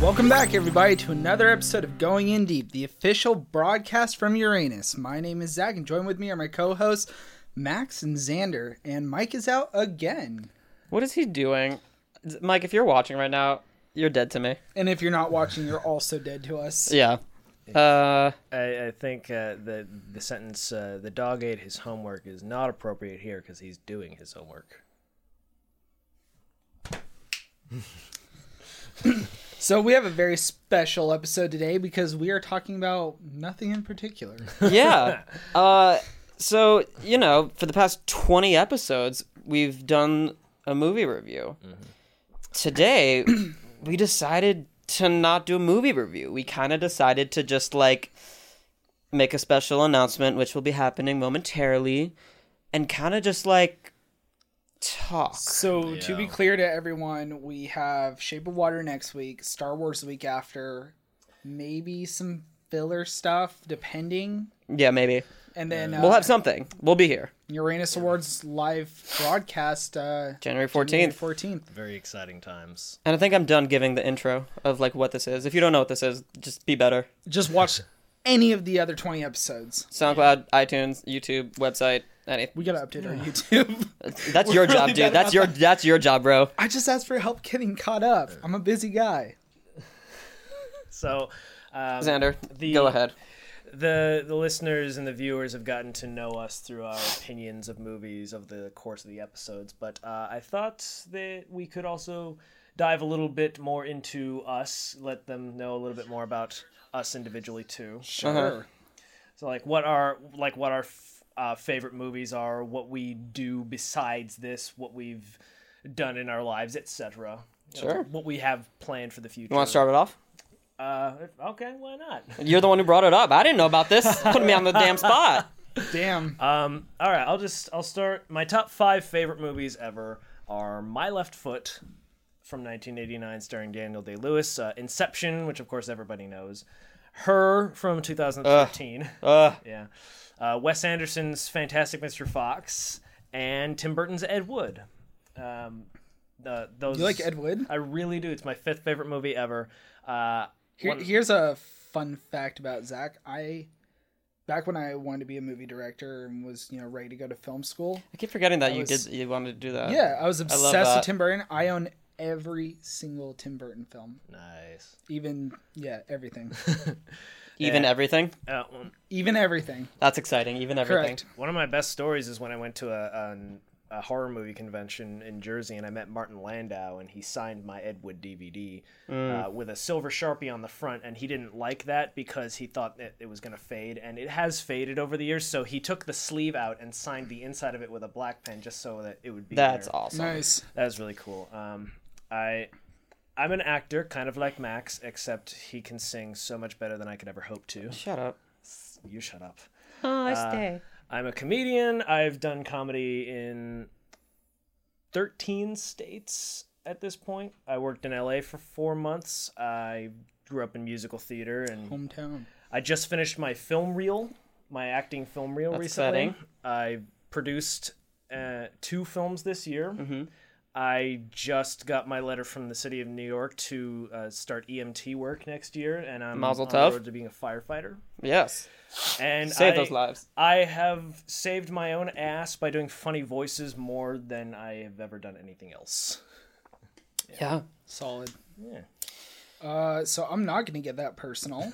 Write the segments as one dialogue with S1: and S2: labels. S1: Welcome back, everybody, to another episode of Going In Deep, the official broadcast from Uranus. My name is Zach, and join with me are my co hosts, Max and Xander. And Mike is out again.
S2: What is he doing? Z- Mike, if you're watching right now, you're dead to me.
S1: And if you're not watching, you're also dead to us.
S2: Yeah. Uh,
S3: I, I think uh, the the sentence uh, "the dog ate his homework" is not appropriate here because he's doing his homework.
S1: So, we have a very special episode today because we are talking about nothing in particular.
S2: yeah. uh, so, you know, for the past 20 episodes, we've done a movie review. Today, we decided to not do a movie review. We kind of decided to just like make a special announcement, which will be happening momentarily, and kind of just like talk.
S1: So to be
S3: Yeah.
S1: clear to everyone, we have Shape of Water next week, Star Wars the week after, maybe some filler stuff depending,
S2: Yeah, maybe.
S1: and then uh,
S2: We'll have something. We'll be here
S1: Uranus Awards live broadcast uh,
S2: January
S1: January
S2: 14th.
S1: 14th.
S3: Very exciting times.
S2: And I think I'm done giving the intro of like what this is. If you don't know what this is, just be better.
S1: Just watch any of the other 20 episodes.
S2: SoundCloud, iTunes, YouTube, website, any.
S1: We gotta update our YouTube.
S2: That's your job, dude. That's your that's your job, bro.
S1: I just asked for help getting caught up. I'm a busy guy.
S3: So, um,
S2: Xander,
S3: the-
S2: go ahead.
S3: the the listeners and the viewers have gotten to know us through our opinions of movies over the course of the episodes. But uh, I thought that we could also dive a little bit more into us, let them know a little bit more about us individually too.
S1: Sure.
S3: So like what our like what our f- uh, favorite movies are, what we do besides this, what we've done in our lives, etc.
S2: Sure.
S3: What we have planned for the future.
S2: You want to start it off?
S3: Uh, okay, why not?
S2: You're the one who brought it up. I didn't know about this. Putting me on the damn spot.
S1: Damn.
S3: Um, all right, I'll just I'll start. My top five favorite movies ever are My Left Foot from 1989, starring Daniel Day Lewis, uh, Inception, which of course everybody knows, Her from 2013.
S2: Ugh.
S3: Yeah. Uh, Wes Anderson's Fantastic Mr. Fox and Tim Burton's Ed Wood. Um, uh, those
S1: You like Ed Wood?
S3: I really do. It's my fifth favorite movie ever. Uh,
S1: Here,
S3: one-
S1: here's a fun fact about Zach. I back when I wanted to be a movie director and was you know ready to go to film school.
S2: I keep forgetting that you
S1: was-
S2: did you wanted to do that.
S1: Yeah, I was obsessed
S2: that.
S1: with Tim Burton. I own every single Tim Burton film,
S3: nice.
S1: even yeah everything,
S2: Even everything.
S3: Uh, one-
S1: even everything.
S2: That's exciting. Even everything.
S1: Correct.
S3: One of my best stories is when I went to a, an a horror movie convention in Jersey and I met Martin Landau and he signed my Ed Wood DVD uh, with a silver sharpie on the front and he didn't like that because he thought that it was going to fade and it has faded over the years so he took the sleeve out and signed the inside of it with a black pen just so that it would be
S2: That's
S3: there.
S2: awesome.
S1: Nice.
S3: That was really cool. Um, I. I'm an actor, kind of like Max, except he can sing so much better than I could ever hope to.
S2: Shut up.
S3: You shut up.
S2: Oh, I
S3: I'm a comedian. I've done comedy in 13 states at this point. I worked in LA for four months. I grew up in musical theater, and
S1: Hometown.
S3: I just finished my film reel, my acting film reel recently.
S2: exciting.
S3: I produced uh, two films this year.
S2: Mm-hmm.
S3: I just got my letter from the city of New York to uh, start EMT work next year, and I'm
S2: Mazel
S3: on
S2: tov.
S3: the road to being a firefighter.
S2: Yes.
S3: And
S2: Save
S3: I-
S2: those lives.
S3: I have saved my own ass by doing funny voices more than I have ever done anything else.
S2: yeah.
S1: Solid.
S3: Yeah.
S1: Uh, so I'm not gonna get that personal.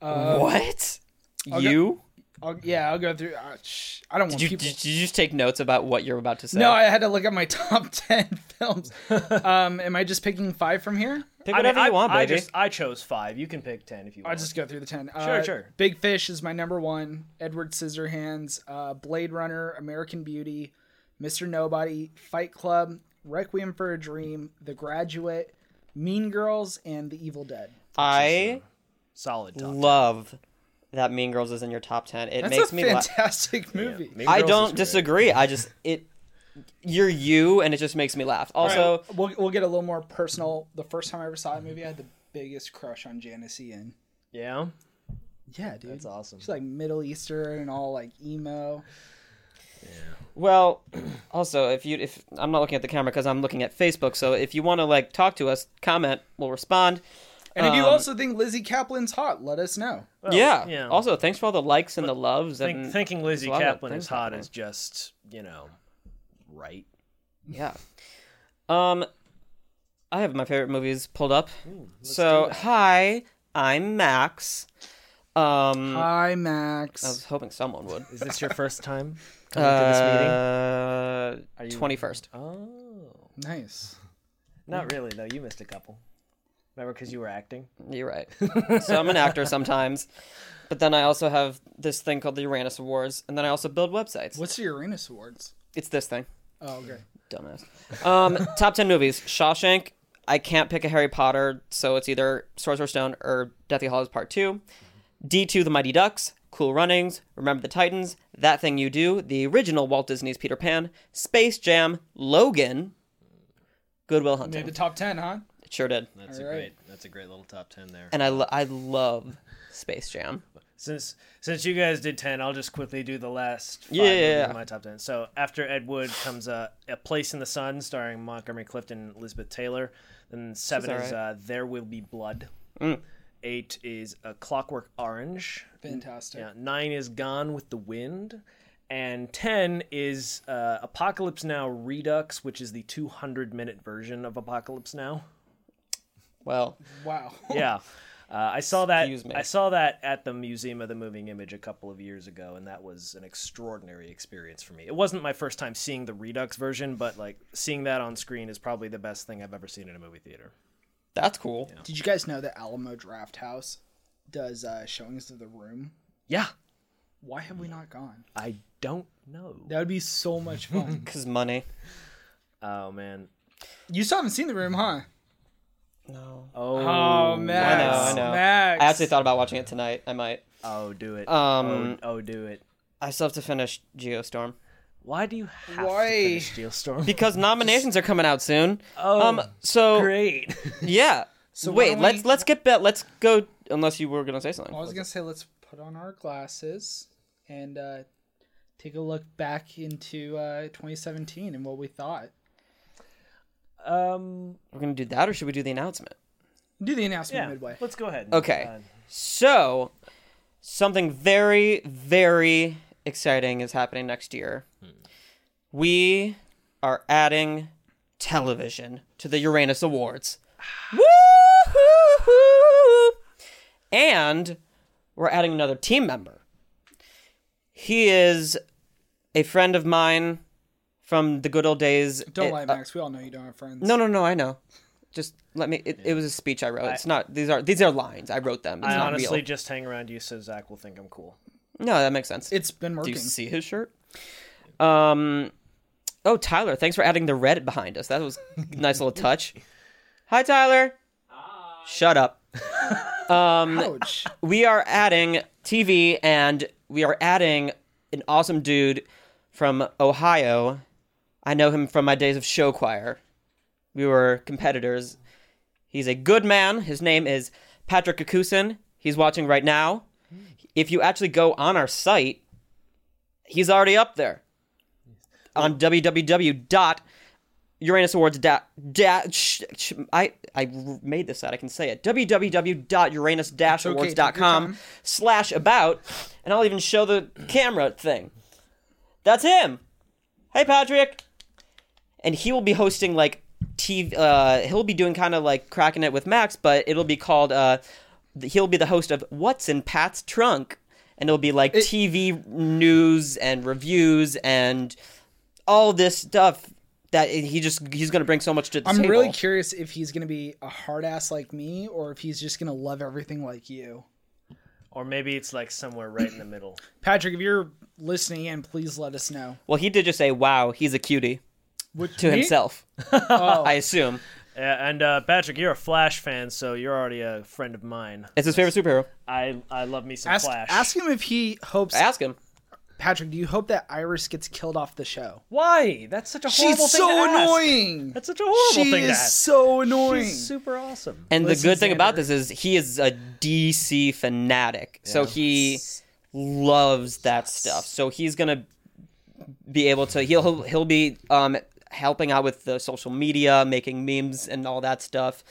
S2: what? You?
S1: I'll, yeah, I'll go through. Uh, shh, I don't want
S2: Did you,
S1: people.
S2: did you just take notes about what you're about to say?
S1: no, I had to look at my top ten films. um, am I just picking five from here?
S2: Pick
S3: I mean,
S2: whatever
S3: I,
S2: you want,
S3: I
S2: baby.
S3: just I chose five. You can pick ten if you want.
S1: I'll just go through the ten. Uh,
S3: Sure, sure.
S1: Big Fish is my number one. Edward Scissorhands, uh, Blade Runner, American Beauty, Mr. Nobody, Fight Club, Requiem for a Dream, The Graduate, Mean Girls, and The Evil Dead.
S2: I
S3: solid top.
S2: love that Mean Girls is in your top ten. It
S1: That's
S2: makes
S1: a
S2: me. la-
S1: fantastic movie.
S3: Mean
S2: I
S3: Girls is
S2: don't
S3: great.
S2: disagree. I just it. You're you, and it just makes me laugh. Also,
S1: we'll, we'll get a little more personal. The first time I ever saw that movie, I had the biggest crush on Janice Ian.
S3: Yeah,
S1: Yeah, dude.
S3: it's awesome.
S1: She's like Middle Eastern and all like emo.
S2: Well, also if you if I'm not looking at the camera because I'm looking at Facebook, so if you want to like talk to us, comment, we'll respond.
S1: And if you
S2: Um,
S1: also think Lizzie Kaplan's hot, let us know.
S2: yeah.
S3: yeah.
S2: Also, thanks for all the likes and the loves.
S3: Think,
S2: and
S3: thinking Lizzie
S2: there's a lot of
S3: Kaplan
S2: things
S3: is hot
S2: happening.
S3: is just you know right.
S2: Yeah. Um, I have my favorite movies pulled up. so hi, I'm Max. Um,
S1: Hi,
S2: I
S1: Max.
S2: was hoping someone would.
S3: Is this your first time coming
S2: Uh,
S3: Are you-
S2: twenty first.
S3: Oh,
S1: Nice.
S3: not really though. You missed a couple. Remember, because you were acting.
S2: You're right. so I'm an actor sometimes, but then I also have this thing called the Uranus Awards, and then I also build websites.
S1: What's the Uranus Awards?
S2: It's this thing.
S1: Oh, okay.
S2: Dumbass. Um, top 10 movies Shawshank. I can't pick a Harry Potter, so it's either Sorcerer's Stone or Deathly Hollows Part 2. D2 The Mighty Ducks, Cool Runnings, Remember the Titans, That Thing You Do, the original Walt Disney's Peter Pan, Space Jam, Logan, Goodwill
S1: Made
S2: Hunting.
S1: the top ten, huh?
S2: It sure did.
S4: That's
S1: All
S4: a
S1: right.
S4: great. That's a great little top ten there.
S2: And I, lo- I love Space Jam.
S3: Since since you guys did ten, I'll just quickly do the last. Five
S2: Yeah, yeah,
S3: movies in
S2: yeah.
S3: My top ten. So after Ed Wood comes uh, a Place in the Sun, starring Montgomery Clift and Elizabeth Taylor. Then seven is
S2: alright. Mm.
S3: uh, There Will Be Blood. Eight is A Clockwork Orange.
S1: Fantastic.
S3: Yeah, nine is Gone with the Wind, and ten is uh, Apocalypse Now Redux, which is the 200 minute version of Apocalypse Now.
S2: Well,
S1: Wow.
S3: Yeah, uh, I saw that.
S2: Excuse me.
S3: I saw that at the Museum of the Moving Image a couple of years ago, and that was an extraordinary experience for me. It wasn't my first time seeing the Redux version, but like seeing that on screen is probably the best thing I've ever seen in a movie theater.
S2: that's cool.
S1: Did you guys know that Alamo Draft House does uh, showings of the room?
S3: Yeah,
S1: Why have we not gone?
S3: I don't know.
S1: That would be so much fun.
S2: Because money.
S3: Oh man.
S1: you still haven't seen the room, huh?
S2: No.
S3: Oh,
S1: Oh, Max.
S2: I know, I know.
S1: Max.
S2: I actually thought about watching it tonight. I might.
S3: Oh, do it.
S2: Um,
S3: oh, oh, do it.
S2: I still have to finish Geostorm.
S3: Why do you have
S1: Why?
S3: to finish Steel Storm?
S2: because nominations are coming out soon.
S3: Oh,
S2: um, so
S3: great.
S2: yeah.
S1: why
S2: wait,
S1: don't
S2: let's
S1: we-
S2: let's get bet. Let's go. Unless you were gonna say something.
S1: I was gonna say let's put on our glasses and uh, take a look back into uh, 2017 and what we thought.
S3: um,
S2: We're gonna do that, or should we do the announcement?
S1: Do the announcement
S3: yeah.
S1: midway.
S3: Let's go ahead.
S2: Okay.
S3: Uh,
S2: So, something very very exciting is happening next year. We are adding television to the Uranus Awards. Woo! And we're adding another team member. He is a friend of mine from the good old days.
S1: Don't
S2: It-
S1: lie,
S2: uh,
S1: Max. we all know you don't have friends.
S2: no, no, no. I know. Just let me. It, it was a speech I wrote. it's not. These are these are lines. I wrote them. It's
S3: I
S2: not
S3: honestly
S2: real.
S3: just hang around you so Zach will think I'm cool.
S2: No, that makes sense.
S1: it's been
S2: Do
S1: working.
S2: you see his shirt? Um. Oh, Tyler, thanks for adding the red behind us. That was a nice little touch. Hi, Tyler. Hi. Shut up.
S1: Ouch.
S2: we are adding TV and we are adding an awesome dude from Ohio. I know him from my days of show choir. We were competitors. He's a good man. His name is Patrick Kukusin. He's watching right now. If you actually go on our site, he's already up there on www. Uranus Awards dot dot sh, sh, I I made this out I can say it www.uranus-awards.com
S1: time.
S2: slash about and I'll even show the camera thing. That's him. Hey Patrick, and he will be hosting like TV. Uh, he'll be doing kind of like cracking it with Max, but it'll be called. Uh, th- he'll be the host of What's in Pat's Trunk, and it'll be like TV news and reviews and all this stuff that he just he's gonna bring so much to the
S1: I'm
S2: table.
S1: really curious if he's gonna be a hard ass like me or if he's just gonna love everything like you.
S3: Or maybe it's like somewhere right in the middle.
S1: Patrick, if you're listening in, please let us know.
S2: well, he did just say, "Wow, he's a cutie."
S1: Which,
S2: To
S1: me?
S2: himself,
S1: Oh.
S2: I assume
S3: Yeah, and uh, Patrick, you're a Flash fan, so you're already a friend of mine.
S2: it's his favorite superhero.
S3: I I love me some
S1: ask,
S3: Flash.
S1: ask him if he hopes
S2: Ask him.
S1: Patrick, do you hope that Iris gets killed off the show?
S3: Why? That's such a horrible
S1: She's
S3: thing
S1: so
S3: to ask.
S1: annoying.
S3: That's such a horrible
S1: she
S3: thing to
S1: is
S3: ask.
S1: so annoying.
S3: She's super awesome.
S2: And the
S1: Listen,
S2: good thing about
S1: Xander.
S2: this is he is a DC fanatic, so he loves that stuff. So he's gonna be able to he'll he'll, he'll be um, helping out with the social media, making memes and all that stuff.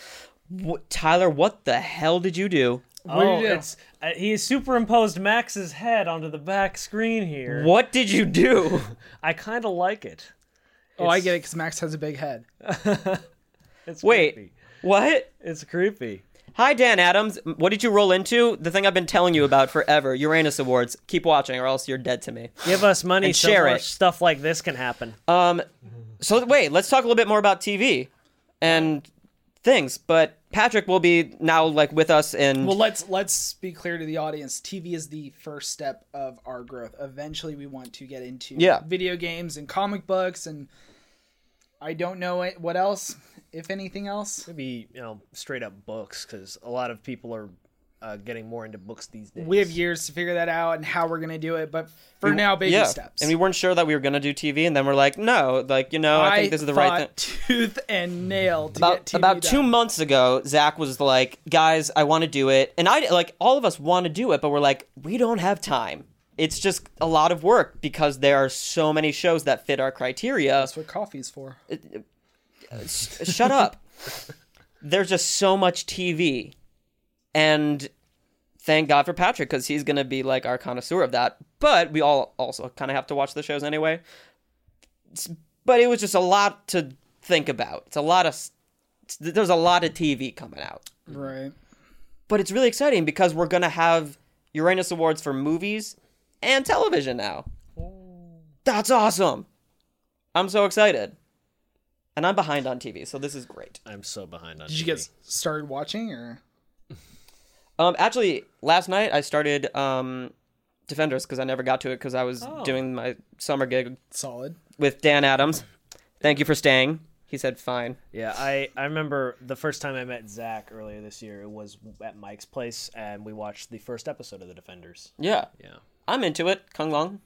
S2: What, Tyler, what the hell did you do?
S1: do you
S3: oh,
S1: do?
S3: it's uh, he superimposed Max's head onto the back screen here.
S2: What did you do?
S3: I kind of like it.
S1: Oh, I get it because Max has a big head.
S3: It's
S2: Wait,
S3: creepy.
S2: what?
S3: it's creepy.
S2: Hi, Dan Adams. What did you roll into? The thing I've been telling you about forever Uranus Awards. Keep watching, or else you're dead to me.
S3: Give us money
S2: And
S3: so
S2: share
S3: more
S2: it.
S3: stuff like this can happen.
S2: Um, so wait, let's talk a little bit more about TV and things. But Patrick will be now like with us, and
S1: Well, let's let's be clear to the audience. TV is the first step of our growth. Eventually, we want to get into
S2: Yeah.
S1: video games and comic books, and I don't know it- what else, if anything else.
S3: Maybe you know straight up books because a lot of people are uh, getting more into books these days.
S1: We have years to figure that out and how we're gonna do it, but for now, baby
S2: yeah.
S1: steps.
S2: And we weren't sure that we were gonna do TV, and then we're like, no, like you know, I, think this is the right thing.
S1: fought Tooth and nail to
S2: about,
S1: get TV
S2: about two
S1: done.
S2: months ago zach was like guys i want to do it and i like all of us want to do it but we're like we don't have time it's just a lot of work because there are so many shows that fit our criteria
S1: That's what coffee's for.
S2: shut up there's just so much tv and thank god for patrick because he's going to be like our connoisseur of that but we all also kind of have to watch the shows anyway S- but it was just a lot to think about it's a lot of s- there's a lot of tv coming out
S1: right.
S2: but it's really exciting because we're gonna have Uranus Awards for movies and television now. That's awesome. I'm so excited. And I'm behind on TV, so this is great.
S4: I'm so behind on.
S1: Did you get started watching or?
S2: Um, actually, last night I started um, Defenders because I never got to it because I was
S1: Oh.
S2: doing my summer gig
S1: Solid.
S2: with Dan Adams. Thank you for staying. He said, "Fine."
S3: Yeah, I, I remember the first time I met Zach earlier this year was at Mike's place, and we watched the first episode of The Defenders.
S2: Yeah,
S4: Yeah.
S2: I'm into it. Kung Long,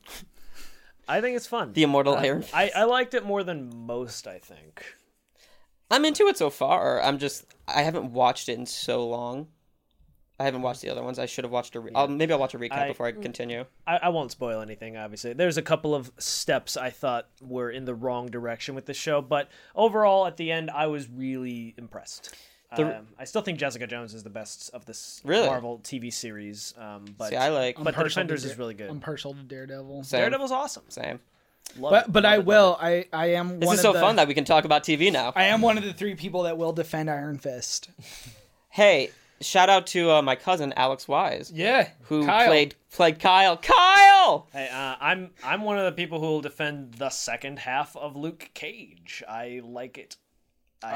S3: I think it's fun.
S2: the Immortal Iron.
S3: I, I liked it more than most, I think.
S2: I'm into it so far. I'm just I haven't watched it in so long. I haven't watched the other ones. I should have watched a. Re- I'll, maybe I'll watch a recap
S3: I-
S2: before I continue.
S3: I, I won't spoil anything, obviously. There's a couple of steps I thought were in the wrong direction with the show, but overall, at the end, I was really impressed.
S2: The-
S3: Um, I still think Jessica Jones is the best of this
S2: Really?
S3: Marvel TV series, um, but
S2: See, I like
S3: but The
S1: partial to
S3: Defenders
S1: Dare-
S3: is really good.
S1: I'm partial to Daredevil.
S2: same.
S3: Daredevil's awesome.
S2: Same.
S3: Love
S1: But
S3: it,
S1: but
S3: love
S1: I
S3: it, love
S1: will. I I am.
S2: This
S1: one
S2: is so
S1: of the,
S2: fun that we can talk about TV now.
S1: I am one of the three people that will defend Iron Fist.
S2: hey, shout out to uh, my cousin Alex Wise,
S1: Yeah.
S2: who played played Kyle. Kyle.
S3: Hey, uh, I'm I'm one of the people who will defend the second half of Luke Cage. I like it. I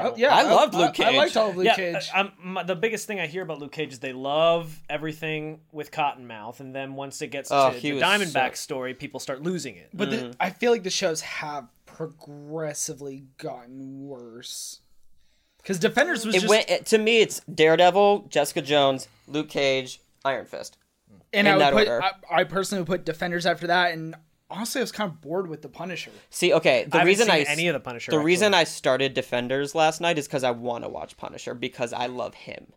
S1: Oh,
S3: don't-
S1: yeah,
S2: I loved Luke
S1: I,
S2: Cage.
S1: liked all of Luke
S3: yeah.
S1: Cage.
S3: uh, I'm, my, the biggest thing I hear about Luke Cage is they love everything with Cottonmouth, and then once it gets
S2: Oh,
S3: to
S2: he
S3: the
S2: was
S3: Diamondback story, people start losing it.
S1: but the- I feel like the shows have progressively gotten worse. Because Defenders was
S2: It
S1: just,
S2: went it- to me. It's Daredevil, Jessica Jones, Luke Cage, Iron Fist.
S1: and
S2: in
S1: I would
S2: that
S1: put,
S2: order.
S1: I, I personally would put Defenders after that, and honestly, I was kind of bored with the Punisher.
S2: See, okay, the
S3: I haven't
S2: reason
S3: seen
S2: I
S3: any of the Punisher.
S2: the
S3: actually.
S2: reason I started Defenders last night is because I want to watch Punisher because I love him.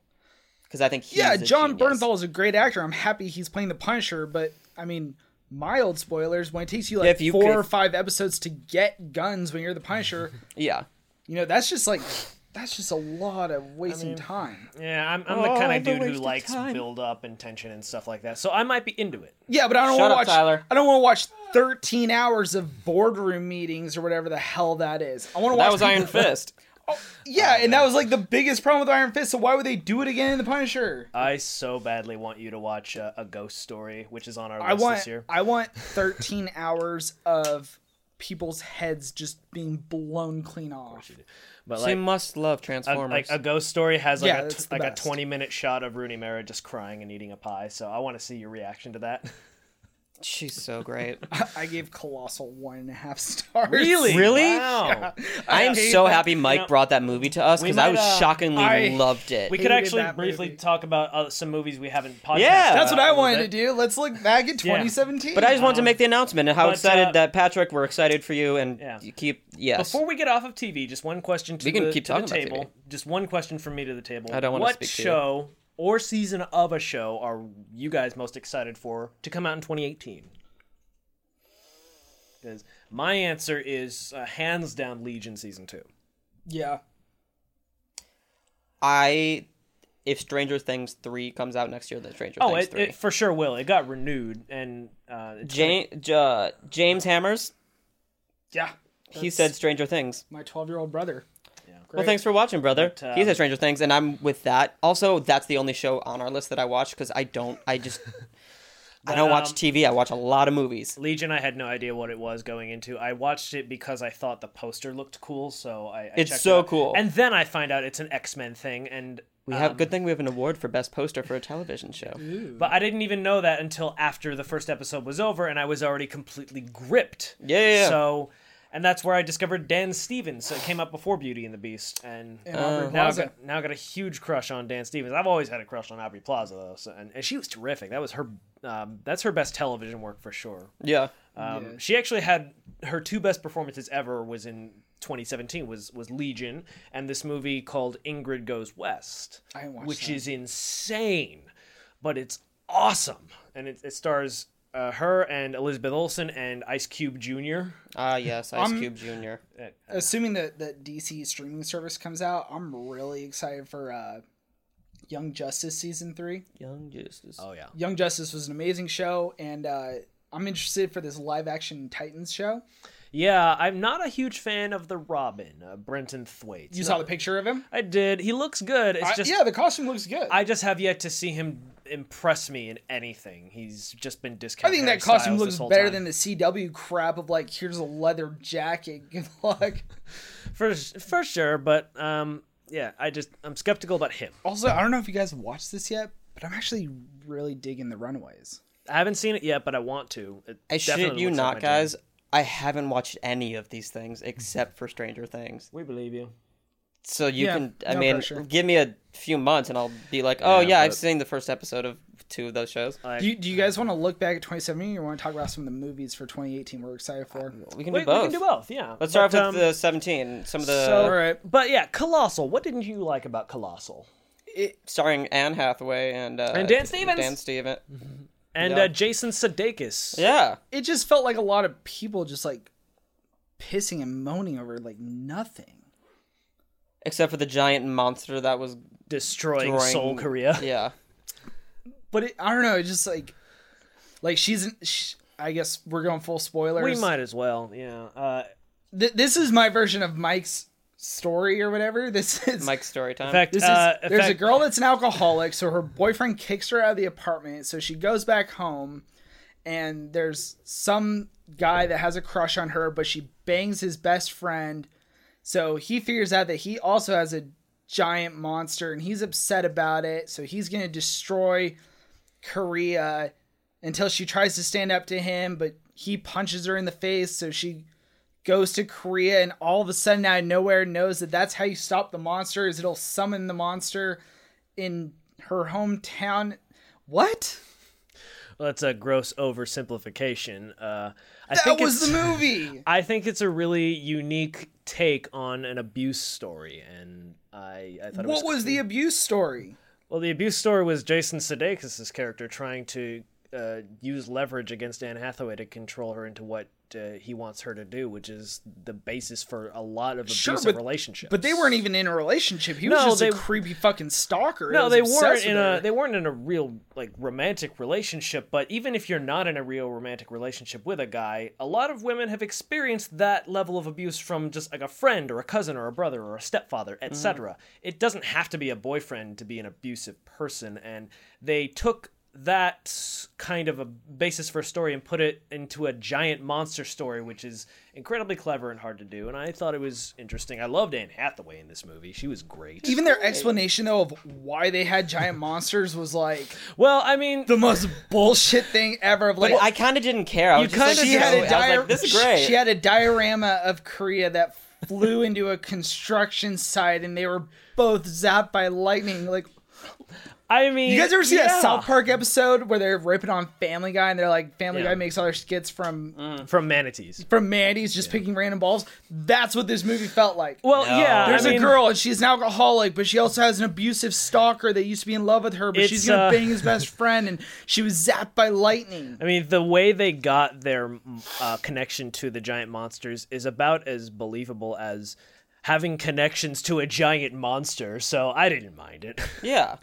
S2: Because I think he's
S1: Yeah,
S2: a
S1: John
S2: genius.
S1: Bernthal is a great actor. I'm happy he's playing the Punisher, but I mean, mild spoilers. When it takes you like
S2: If you
S1: four
S2: could-
S1: or five episodes to get guns when you're the Punisher,
S2: Yeah,
S1: you know that's just like that's just a lot of wasting time.
S3: yeah, I'm, I'm the
S2: Oh,
S3: kind of
S2: the
S3: dude who
S2: waste of
S3: likes
S2: time.
S3: build up and tension and stuff like that. So I might be into it.
S1: Yeah, but I don't
S2: Shut
S1: want to
S2: up,
S1: watch.
S2: Tyler.
S1: I don't want to watch 13 hours of boardroom meetings or whatever the hell that is. I want to watch.
S2: that was Iron Oh, Fist.
S1: Yeah, and that was like the biggest problem with Iron Fist. So why would they do it again in The Punisher?
S3: I so badly want you to watch uh, a Ghost Story, which is on our list
S1: I want.
S3: this year.
S1: I want 13 hours of people's heads just being blown clean off.
S3: But
S2: They
S3: like,
S2: must love
S3: a,
S2: Transformers.
S3: like a ghost story has like
S1: Yeah,
S3: a
S1: that's
S3: t-
S1: the
S3: like a
S1: best.
S3: 20 minute shot of Rooney Mara just crying and eating a pie. So I want to see your reaction to that.
S2: She's so great.
S1: I gave Colossal one and a half stars.
S2: Really?
S3: Wow.
S2: I am
S1: hate
S2: so
S1: that-
S2: happy Mike
S3: know,
S2: brought that movie to us
S3: we
S2: because I
S3: might,
S2: was
S3: uh,
S2: shockingly
S1: I-
S2: loved it.
S3: We could
S1: Hated
S3: actually
S1: that
S3: briefly
S1: movie.
S3: talk about uh, some movies we haven't podcasted.
S2: Yeah.
S1: That's
S3: about
S1: what I
S3: a little
S1: wanted to
S3: bit.
S1: do. Let's look back at 2017.
S2: but I just wanted to make the announcement and how
S3: um, but,
S2: excited
S3: uh,
S2: that Patrick. We're excited for you, and
S3: Yeah.
S2: you keep yes.
S3: Before we get off of TV, just one question to
S2: We can
S3: the,
S2: keep
S3: to the
S2: talking about
S3: table. Just one question from me to the table.
S2: I don't wanna
S3: What
S2: speak to you.
S3: show or season of a show are you guys most excited for to come out in 2018? Because My answer is uh, hands down Legion season two.
S1: Yeah.
S2: I if Stranger Things three comes out next year, then Stranger
S3: Oh,
S2: Things
S3: it,
S2: three.
S3: it for sure will. It got renewed, and uh, it's
S2: Ja- Ja- James Hammers,
S1: Yeah.
S2: he said Stranger Things.
S1: My 12 year old brother.
S2: Well, thanks for watching, brother.
S3: But, uh,
S2: he said Stranger Things, and I'm with that. Also, that's the only show on our list that I watch because I don't. I just I don't watch
S3: um,
S2: TV. I watch a lot of movies.
S3: Legion. I had no idea what it was going into. I watched it because I thought the poster looked cool, so I. I
S2: It's
S3: checked
S2: so
S3: it out.
S2: cool.
S3: And then I find out it's an X Men thing, and
S2: We have
S3: um,
S2: good thing we have an award for best poster for a television show.
S3: but I didn't even know that until after the first episode was over, and I was already completely gripped.
S2: Yeah, yeah, yeah.
S3: So, and that's where I discovered Dan Stevens. So it came up before Beauty and the Beast, and
S2: Uh,
S1: Aubrey
S3: now I've
S1: Plaza.
S3: got now I've got a huge crush on Dan Stevens. I've always had a crush on Aubrey Plaza though, so, and, and she was terrific. That was her. Um, that's her best television work for sure.
S2: Yeah.
S3: Um, She actually had her two best performances ever was in 2017 was was Legion and this movie called Ingrid Goes West,
S1: I didn't watch
S3: which
S1: that.
S3: is insane, but it's awesome and it, it stars uh, her and Elizabeth Olsen and Ice Cube Jr.
S2: Ah, yes,
S3: um,
S2: Ice Cube Jr.
S3: uh,
S1: Assuming that the DC streaming service comes out, I'm really excited for uh, Young Justice season three.
S2: Young Justice.
S4: Oh yeah.
S1: Young Justice was an amazing show, and uh, I'm interested for this live action Titans show.
S3: Yeah, I'm not a huge fan of the Robin, uh, Brenton Thwaites.
S1: You saw the picture of him?
S3: I did. He looks good. It's
S1: I-
S3: just
S1: yeah, the costume looks good. I,
S3: I just have yet to see him impress me in anything. He's just been discounted.
S1: think that costume looks better than the CW crap of like, here's a leather jacket. Good luck.
S3: for for sure, but um, yeah, I just I'm skeptical about him.
S1: also, I don't know if you guys have watched this yet, but I'm actually really digging the Runaways.
S3: I haven't seen it yet, but I want to. It
S2: I shit
S3: definitely
S2: you
S3: looks like
S2: not,
S3: my dream.
S2: guys. I haven't watched any of these things except for Stranger Things.
S3: We believe you.
S2: So you
S1: Yeah,
S2: can, I
S1: no
S2: mean,
S1: pressure.
S2: give me a few months and I'll be like, oh yeah,
S4: Yeah,
S2: I've
S4: but-
S2: seen the first episode of two of those shows.
S1: Do you, do you guys want to look back at 2017 or want to talk about some of the movies for 2018 we're excited for?
S2: We can
S3: We,
S2: do
S3: we
S2: both.
S3: can do both. Yeah.
S2: Let's start
S3: But, um,
S2: off with the 17. Some of the
S3: so,
S1: right.
S3: But yeah, Colossal. What didn't you like about Colossal?
S2: starring Anne Hathaway and uh,
S3: And Dan Stevens.
S2: Dan Stevens.
S3: And
S2: Yeah.
S3: uh, Jason Sudeikis.
S2: Yeah,
S1: It just felt like a lot of people just like pissing and moaning over like nothing.
S2: except for the giant monster that was.
S3: Destroying,
S2: Destroying-
S3: Seoul, Korea.
S2: Yeah,
S1: But it, I don't know. It's just like, like she's. an- Sh- I guess we're going full spoilers.
S3: We might as well. Yeah. Uh,
S1: Th- this is my version of Mike's story or whatever. This is
S2: Mike's story time.
S3: in fact,
S1: This is
S3: uh, in
S1: there's a
S3: fact-
S1: girl that's an alcoholic, so her boyfriend kicks her out of the apartment, so she goes back home, and there's some guy that has a crush on her, but she bangs his best friend, so he figures out that he also has a giant monster, and he's upset about it, so he's gonna destroy Korea until she tries to stand up to him, but he punches her in the face, so she goes to Korea and all of a sudden out of nowhere knows that that's how you stop the monster is it'll summon the monster in her hometown. What?
S3: Well, that's a gross oversimplification. Uh, I
S1: That
S3: think
S1: was
S3: it's,
S1: the movie.
S3: I think it's a really unique take on an abuse story, and I, I thought it was.
S1: what was the abuse story?
S3: Well, the abuse story was Jason Sudeikis' character trying to uh, use leverage against Anne Hathaway to control her into what uh, he wants her to do, which is the basis for a lot of abusive
S1: Sure, but-
S3: relationships.
S1: But they weren't even in a relationship. He was
S3: No,
S1: just a
S3: they-
S1: creepy fucking stalker. that
S3: No,
S1: was
S3: they
S1: obsessed
S3: weren't
S1: with
S3: in
S1: her.
S3: a they weren't in a real like romantic relationship, but even if you're not in a real romantic relationship with a guy, a lot of women have experienced that level of abuse from just like a friend or a cousin or a brother or a stepfather,
S1: Mm-hmm.
S3: etc. It doesn't have to be a boyfriend to be an abusive person and they took that s- kind of a basis for a story and put it into a giant monster story which is incredibly clever and hard to do and i thought it was interesting i loved anne hathaway in this movie she was great
S1: even their explanation though of why they had giant monsters was like
S3: well i mean
S1: the most bullshit thing ever. Of like
S2: I kind of didn't care. I was
S3: You
S2: just
S3: kinda Oh,
S2: like,
S1: she had a
S2: so- I was
S1: dior-
S2: like, this is
S1: she-
S2: great.
S1: She had a diorama of Korea that flew into a construction site, and they were both zapped by lightning. Like
S5: I mean,
S1: You guys ever see that
S5: yeah.
S1: South Park episode where they're ripping on Family Guy and they're like, Family
S3: Yeah.
S1: Guy makes all their skits from
S3: from manatees.
S1: from Mandy's just picking random balls? That's what this movie felt like.
S5: Well,
S2: No.
S5: yeah.
S1: There's
S5: I mean,
S1: a girl and she's an alcoholic, but she also has an abusive stalker that used to be in love with her, but she's
S5: It's,
S1: gonna
S5: uh,
S1: bang his best friend, and she was zapped by lightning.
S3: I mean, the way they got their mm, uh, connection to the giant monsters is about as believable as having connections to a giant monster. So I didn't mind it.
S2: Yeah.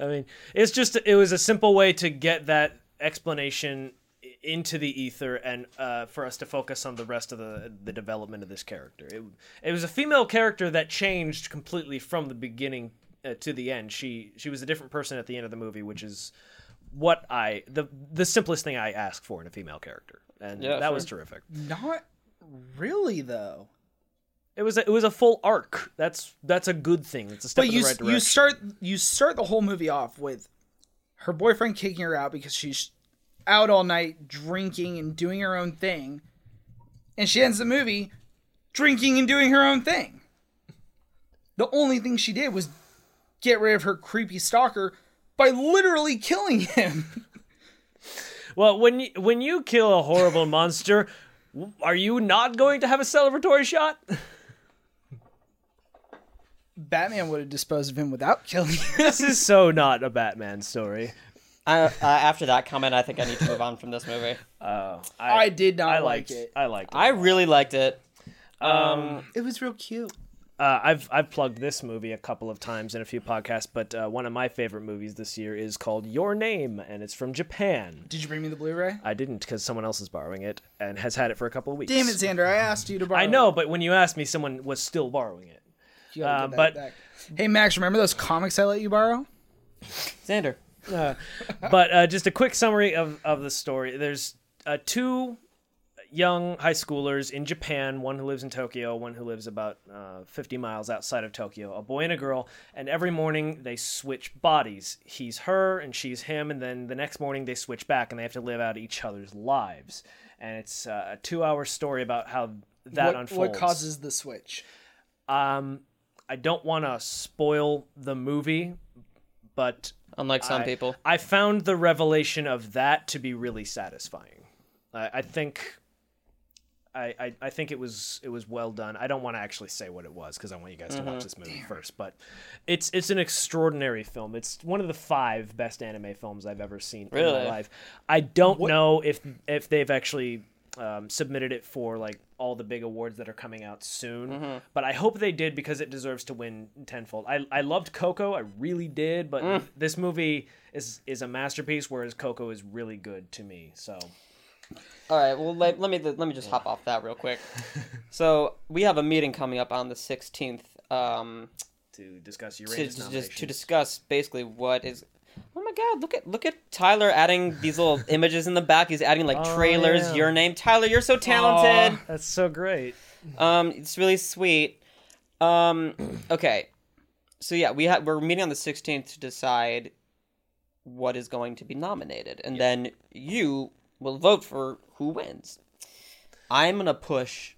S3: I mean, it's just it was a simple way to get that explanation i- into the ether and uh, for us to focus on the rest of the the development of this character. It it was a female character that changed completely from the beginning uh, to the end. She she was a different person at the end of the movie, which is what I the the simplest thing I ask for in a female character, and
S2: Yeah,
S3: that
S2: sure.
S3: was terrific.
S1: Not really though.
S3: It was a, it was a full arc. That's that's a good thing. It's a step
S1: But
S3: in
S1: you
S3: the right direction.
S1: you start you start the whole movie off with her boyfriend kicking her out because she's out all night drinking and doing her own thing, and she ends the movie drinking and doing her own thing. The only thing she did was get rid of her creepy stalker by literally killing him.
S3: Well, when you, when you kill a horrible monster, w- are you not going to have a celebratory shot?
S1: Batman would have disposed of him without killing him.
S3: this is so not a Batman story.
S2: I, uh, after that comment, I think I need to move on from this movie.
S1: I did not
S3: Oh, I
S1: like
S3: liked
S1: it.
S3: I liked Uh, it.
S2: I really liked it.
S1: It was real cute.
S3: uh, I've I've plugged this movie a couple of times in a few podcasts, but uh, one of my favorite movies this year is called Your Name, and it's from Japan.
S1: Did you bring me the Blu-ray?
S3: I didn't because someone else is borrowing it and has had it for a couple of weeks.
S1: Damn it, Xander! I asked you to borrow.
S3: I know, but when you asked me, someone was still borrowing it.
S1: it. You gotta
S3: uh,
S1: give that
S3: but-
S1: back. hey, Max, remember those comics I let you borrow?
S2: Xander.
S3: but uh, just a quick summary of, of the story. There's uh, two young high schoolers in Japan, one who lives in Tokyo, one who lives about uh, 50 miles outside of Tokyo, a boy and a girl, and every morning they switch bodies. He's her and she's him, and then the next morning they switch back and they have to live out each other's lives. And it's uh, a two hour story about how that
S1: what,
S3: unfolds.
S1: What causes the switch?
S3: Um, I don't want to spoil the movie, but
S2: Unlike some
S3: I-
S2: people.
S3: I found the revelation of that to be really satisfying. I, I think. I, I, I think it was it was well done. I don't want to actually say what it was because I want you guys
S2: Mm-hmm.
S3: to watch this movie first. But it's it's an extraordinary film. It's one of the five best anime films I've ever seen in my
S2: Really?
S3: life. I don't know if if they've actually um, submitted it for like all the big awards that are coming out soon,
S2: Mm-hmm.
S3: but I hope they did because it deserves to win tenfold. I I loved Coco, I really did, but
S2: Mm.
S3: this movie is is a masterpiece. Whereas Coco is really good to me. So
S2: All right. Well, let, let me let me just hop off that real quick. so we have a meeting coming up on the sixteenth um,
S3: to discuss
S2: to
S3: Uranus
S2: to, just, to
S3: nominations.
S2: discuss basically what is. Oh my God! Look at look at Tyler adding these little images in the back. He's adding like trailers.
S3: Oh, yeah.
S2: Your name, Tyler. You're so talented.
S3: Aw, that's so great.
S2: Um, it's really sweet. Um, okay. So yeah, we have we're meeting on the 16th to decide what is going to be nominated, and then you will vote for who wins. I'm gonna push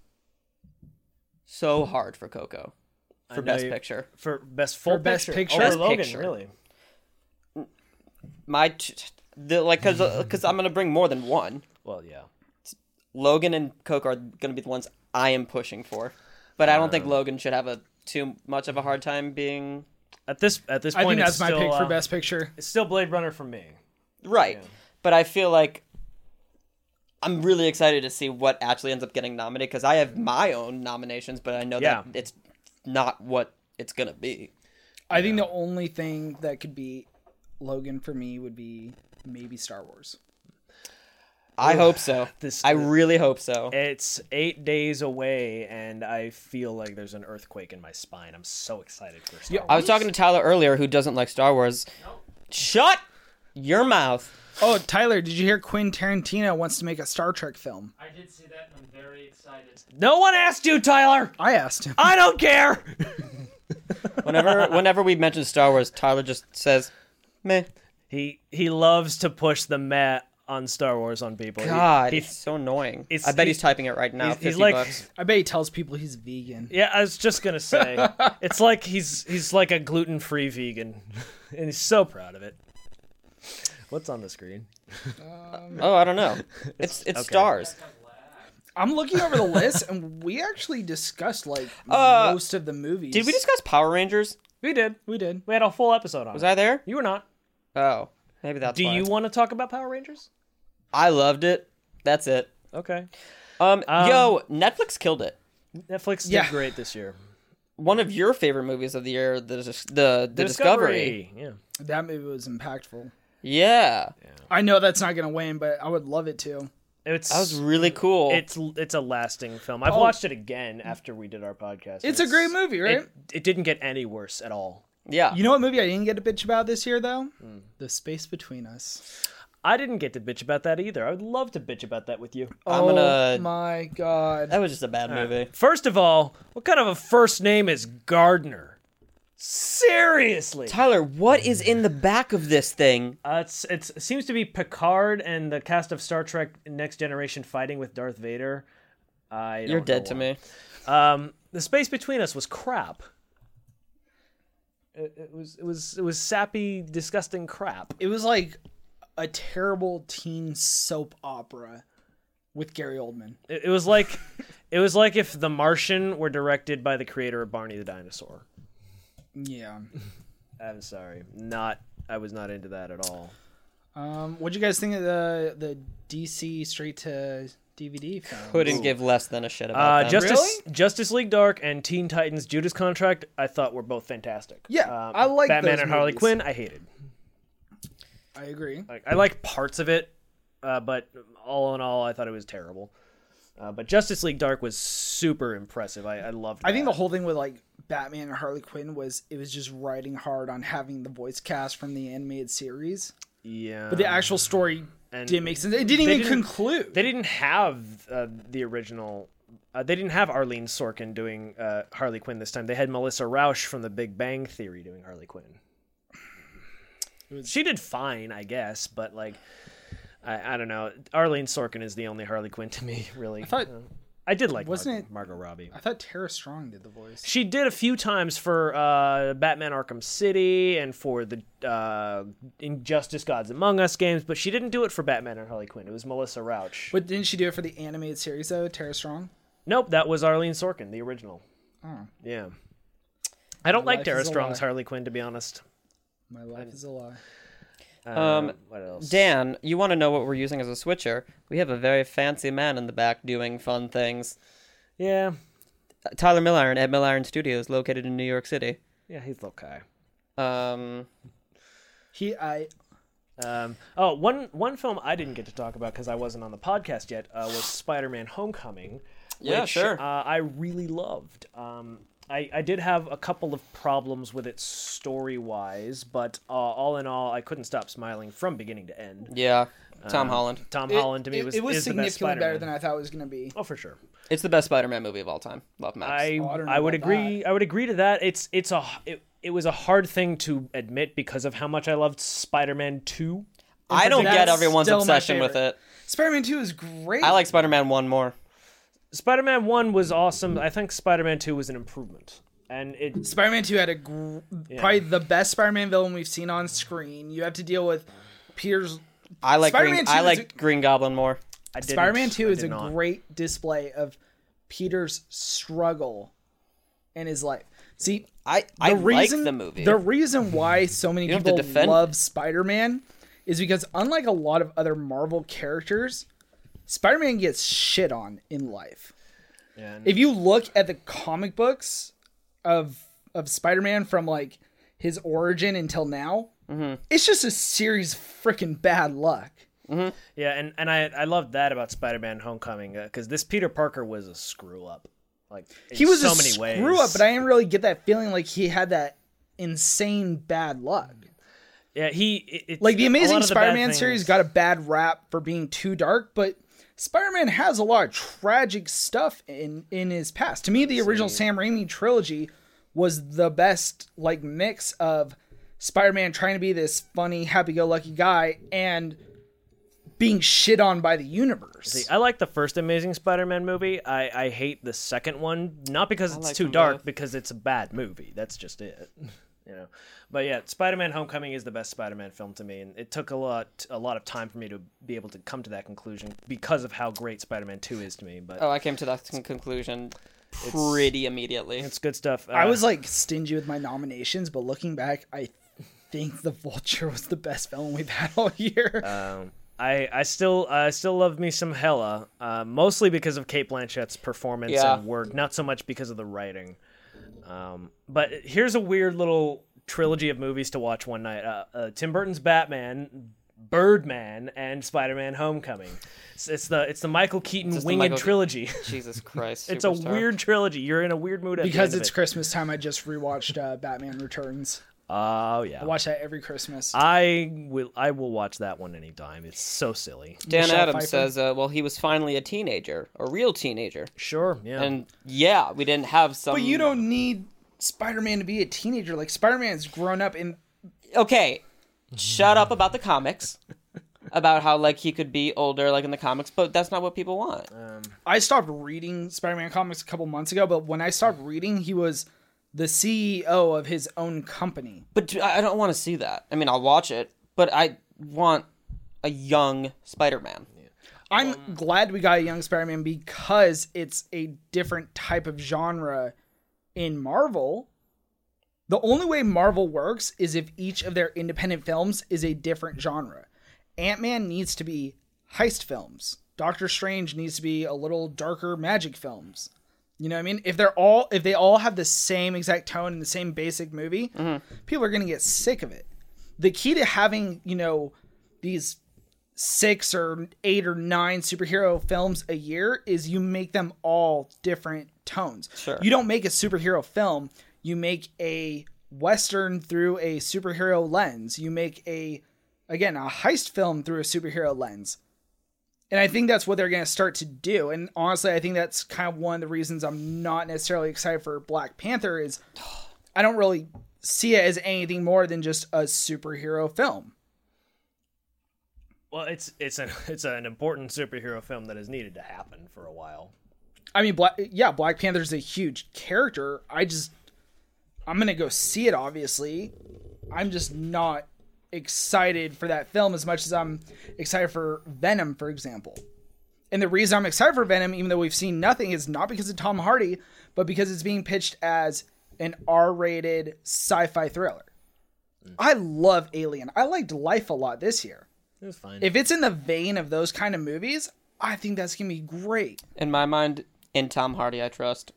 S2: so hard for Coco for
S3: know
S2: best
S3: you-
S2: picture.
S3: For best full
S1: best picture.
S3: Over
S2: Best
S3: Logan,
S2: picture.
S3: really.
S2: My t- the, like because because I'm gonna bring more than one.
S3: Well, yeah.
S2: Logan and Coco are gonna be the ones I am pushing for, but I don't
S3: Um.
S2: think Logan should have a too much of a hard time being
S3: At this at this
S1: I
S3: point,
S1: think
S3: it's
S1: that's my
S3: still,
S1: pick for
S3: uh,
S1: Best Picture.
S3: It's still Blade Runner for me.
S2: Right. But I feel like I'm really excited to see what actually ends up getting nominated because I have my own nominations, but I know
S3: Yeah.
S2: that it's not what it's going to be.
S1: I think the only thing that could be Logan for me would be maybe Star Wars.
S2: I hope so.
S3: This-
S2: I really hope so.
S3: It's eight days away, and I feel like there's an earthquake in my spine. I'm so excited for Star
S2: I
S3: Wars.
S2: was talking to Tyler earlier who doesn't like Star Wars. Shut your mouth.
S1: Oh, Tyler, did you hear Quentin Tarantino wants to make a Star Trek film?
S6: I did see that, and I'm very excited.
S3: No one asked you, Tyler.
S1: I asked him.
S3: I don't care.
S2: Whenever whenever we mention Star Wars, Tyler just says, meh.
S3: He he loves to push the meh on Star Wars on people. He-
S2: God,
S3: he-
S2: it's so annoying.
S3: it's-
S2: I bet
S3: he-
S2: he's typing it right now.
S3: he's-
S2: 50
S3: he's like-
S2: bucks.
S1: I bet he tells people he's vegan.
S3: yeah, I was just gonna say, it's like he's he's like a gluten free vegan, and he's so proud of it. What's on the screen?
S2: Oh, I don't know. It's it's stars.
S1: I'm looking over the list, and we actually discussed like
S2: Uh,
S1: most of the movies.
S2: Did we discuss Power Rangers?
S3: We did.
S1: We did.
S3: We had a full episode on
S2: Was
S3: it.
S2: I there?
S3: You were not.
S2: Oh, maybe that's.
S3: Do
S2: why.
S3: you want to talk about Power Rangers?
S2: I loved it. That's it.
S3: Okay.
S2: Um,
S3: Um,
S2: yo, Netflix killed it.
S3: Netflix did
S1: Yeah.
S3: great this year.
S2: One of your favorite movies of the year, the Dis- the, the Discovery.
S3: Yeah.
S1: That movie was impactful.
S2: Yeah,
S1: I know that's not going to win, but I would love it to.
S3: It's
S2: that was really cool.
S3: it's it's a lasting film. I've
S1: Oh.
S3: watched it again after we did our podcast. and
S1: It's a great movie, right?
S3: It, it didn't get any worse at all.
S2: yeah,
S1: you know what movie I didn't get to bitch about this year though?
S3: Hmm.
S1: The Space Between Us.
S3: I didn't get to bitch about that either. I would love to bitch about that with you.
S2: I'm gonna-
S1: Oh my god.
S2: that was just a bad movie.
S3: First of all, what kind of a first name is Gardner? Seriously,
S2: Tyler, what is in the back of this thing?
S3: uh, it's, it's it seems to be Picard and the cast of Star Trek: Next Generation fighting with Darth Vader. I
S2: You're
S3: don't know
S2: dead to
S3: why.
S2: me.
S3: Um, the space between us was crap. It, it was it was it was sappy, disgusting crap.
S1: It was like a terrible teen soap opera with Gary Oldman.
S3: It, it was like it was like if The Martian were directed by the creator of Barney the Dinosaur.
S1: Yeah.
S3: I'm sorry, not I was not into that at all.
S1: Um what'd you guys think of the the DC straight to DVD film?
S2: Couldn't give less than a shit about
S3: Uh,
S2: them.
S3: Justice Justice League Dark and Teen Titans Judas Contract I thought were both fantastic. Um,
S1: Yeah, I like
S3: Batman
S1: those
S3: and Harley
S1: movies.
S3: Quinn. I hated.
S1: I agree.
S3: Like I like parts of it, uh, but all in all, I thought it was terrible. Uh, but Justice League Dark was super impressive. I, I loved. That.
S1: I think the whole thing with like Batman and Harley Quinn was it was just riding hard on having the voice cast from the animated series.
S3: yeah,
S1: But the actual story
S3: Um, and
S1: didn't make sense. It didn't
S3: they
S1: even
S3: didn't-
S1: conclude.
S3: they didn't have uh, the original. Uh, they didn't have Arlene Sorkin doing uh, Harley Quinn this time. They had Melissa Rauch from The Big Bang Theory doing Harley Quinn. She did fine, I guess, but like, I, I don't know. Arlene Sorkin is the only Harley Quinn to me, really. I,
S1: thought-
S3: I did like
S1: wasn't
S3: Margot,
S1: it-
S3: Margot Robbie.
S1: I thought Tara Strong did the voice.
S3: She did a few times for uh, Batman Arkham City and for the uh, Injustice Gods Among Us games, but she didn't do it for Batman and Harley Quinn. It was Melissa Rauch.
S1: But didn't she do it for the animated series though? Tara Strong.
S3: nope, that was Arlene Sorkin, the original.
S1: Oh.
S3: Yeah. I don't
S1: My
S3: like
S1: life
S3: Tara
S1: is a
S3: Strong's
S1: lie.
S3: Harley Quinn, to be honest.
S1: My life is a lie.
S2: Um,
S3: what else?
S2: Dan, you want to know what we're using as a switcher? We have a very fancy man in the back doing fun things.
S3: yeah,
S2: Tyler Milliron at Milliron Studios, located in New York City.
S3: yeah, he's okay.
S2: Um,
S1: He, I,
S3: Um, oh, one one film I didn't get to talk about because I wasn't on the podcast yet uh, was Spider-Man: Homecoming.
S2: Yeah,
S3: which,
S2: sure.
S3: Uh, I really loved. Um, I, I did have a couple of problems with it story-wise, but uh, all in all, I couldn't stop smiling from beginning to end.
S2: yeah,
S1: Um,
S2: Tom Holland.
S3: Tom
S1: it-
S3: Holland to me
S1: it,
S3: was
S1: it was
S3: is the best
S1: significantly
S3: Spider-Man.
S1: better than I thought it was gonna be.
S3: Oh, for sure.
S2: It's the best Spider-Man movie of all time. Love Max.
S3: I
S1: Oh, I don't know
S3: I, would
S1: about
S3: agree. I would agree to that. It's it's a it, it was a hard thing to admit because of how much I loved Spider-Man Two.
S2: I don't
S1: That's
S2: get everyone's
S1: still my
S2: obsession with
S1: favorite.
S2: it.
S1: Spider-Man Two is great.
S2: I like Spider-Man one more.
S3: Spider-Man One was awesome. I think Spider-Man Two was an improvement, and it
S1: Spider-Man Two had a gr- probably the best Spider-Man villain we've seen on screen. You have to deal with Peter's.
S2: I like
S1: Spider-Man
S2: Green,
S1: 2
S2: I
S1: is
S2: like
S1: a-
S2: Green Goblin more.
S3: I didn't-
S1: Spider-Man Two
S3: I
S1: is
S3: did
S1: a
S3: not.
S1: great display of Peter's struggle in his life. See,
S2: I I like the movie.
S1: The reason why so many
S2: don't have to
S1: people
S2: defend
S1: love Spider Man is because, unlike a lot of other Marvel characters, Spider Man gets shit on in life.
S4: And
S1: If you look at the comic books of of Spider Man from like his origin until now,
S2: Mm-hmm.
S1: it's just a series of freaking bad luck.
S3: Yeah, and and I I loved that about Spider-Man Homecoming because this Peter Parker was a screw up. Like in
S1: He was
S3: so
S1: a
S3: many ways.
S1: screw up, but I didn't really get that feeling like he had that insane bad luck.
S3: yeah he it, it's-
S1: Like the
S3: a lot
S1: Amazing
S3: of the bad
S1: Spider-Man
S3: things-
S1: series got a bad rap for being too dark, but Spider-Man has a lot of tragic stuff in in his past. To me, the original Sam Raimi trilogy was the best like mix of Spider-Man trying to be this funny, happy-go-lucky guy and being shit on by the universe.
S3: I like the first Amazing Spider-Man movie. I, I hate the second one, not because it's
S2: like
S3: too
S2: them
S3: dark,
S2: both.
S3: because it's a bad movie. That's just it, you know. But yeah, Spider-Man: Homecoming is the best Spider-Man film to me, and it took a lot a lot of time for me to be able to come to that conclusion because of how great Spider-Man Two is to me. But
S2: Oh, I came to that con- conclusion pretty immediately.
S3: it's good stuff. Uh,
S1: I was like stingy with my nominations, but looking back, I think The Vulture was the best film we've had all year.
S3: Um, I, I still I still love me some Hella, uh, mostly because of Kate Blanchett's performance
S2: Yeah.
S3: and work, not so much because of the writing. Um, but here's a weird little trilogy of movies to watch one night: uh, uh, Tim Burton's Batman, Birdman, and Spider-Man: Homecoming. It's, it's the it's the Michael Keaton
S2: just the
S3: winged
S2: Michael Ke-
S3: trilogy.
S2: Jesus Christ.
S3: it's a
S2: superstar.
S3: weird trilogy. You're in a weird mood at the
S1: because
S3: end of
S1: it's
S3: it.
S1: Christmas time, I just rewatched uh, Batman Returns.
S3: oh yeah.
S1: I watch that every Christmas.
S3: I will I will watch that one anytime. It's so silly.
S2: Dan
S1: Michelle
S2: Adams
S1: Pfeiffer.
S2: says, uh, well, he was finally a teenager, a real teenager.
S3: Sure. Yeah.
S2: And yeah, we didn't have some.
S1: but you don't need Spider-Man to be a teenager. Like Spider-Man's grown up in
S2: Okay, shut up about the comics, about how like he could be older, like in the comics, but that's not what people want.
S1: I stopped reading Spider-Man comics a couple months ago, but when I stopped reading, he was the CEO of his own company.
S2: But do- I I don't want to see that. I mean, I'll watch it, but I want a young Spider-Man.
S1: I'm glad we got a young Spider-Man because it's a different type of genre in Marvel. The only way Marvel works is if each of their independent films is a different genre. Ant-Man needs to be heist films. Doctor Strange needs to be a little darker magic films. You know what I mean? If they're all if they all have the same exact tone and the same basic movie, people are going to get sick of it. The key to having, you know, these six or eight or nine superhero films a year is you make them all different tones.
S2: Sure.
S1: You don't make a superhero film, you make a western through a superhero lens. You make a again, a heist film through a superhero lens. And I think that's what they're going to start to do. And honestly, I think that's kind of one of the reasons I'm not necessarily excited for Black Panther is I don't really see it as anything more than just a superhero film.
S3: Well, it's it's an it's an important superhero film that has needed to happen for a while.
S1: I mean, Black, yeah, Black Panther's a huge character. I just, I'm gonna go see it. Obviously, I'm just not excited for that film as much as I'm excited for Venom, for example. And the reason I'm excited for Venom, even though we've seen nothing, is not because of Tom Hardy, but because it's being pitched as an R-rated sci-fi thriller. I love Alien. I liked Life a lot this year.
S4: It was fine.
S1: If it's in the vein of those kind of movies, I think that's gonna be great.
S2: In my mind, in Tom Hardy, I trust.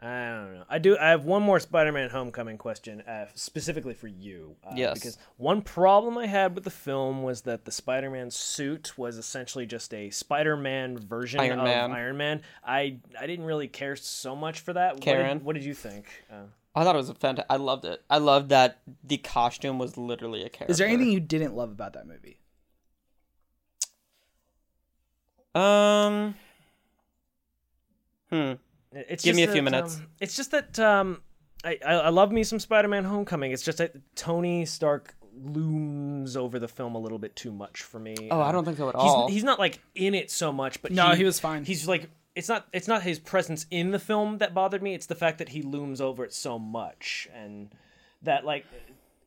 S3: I don't know. I do. I have one more Spider-Man: Homecoming question, uh, specifically for you. Uh,
S2: Yes.
S3: Because one problem I had with the film was that the Spider-Man suit was essentially just a Spider-Man version
S2: Iron
S3: of
S2: Man.
S3: Iron Man. I I didn't really care so much for that. What did- What
S2: Karen.
S3: did, you think? Uh,
S2: I thought it was a fantastic. I loved it. I loved that the costume was literally a character.
S1: Is there anything you didn't love about that movie?
S2: Um. Hmm.
S3: it- it's
S2: Give me
S3: just
S2: a few
S3: that,
S2: minutes.
S3: um, it's just that um, I, I I love me some Spider-Man: Homecoming. It's just that Tony Stark looms over the film a little bit too much for me.
S2: Oh, I
S3: Um,
S2: don't think so at
S3: he's,
S2: all.
S3: he's not like in it so much, but
S1: No, he was fine.
S3: He's like it's not it's not his presence in the film that bothered me. It's the fact that he looms over it so much, and that like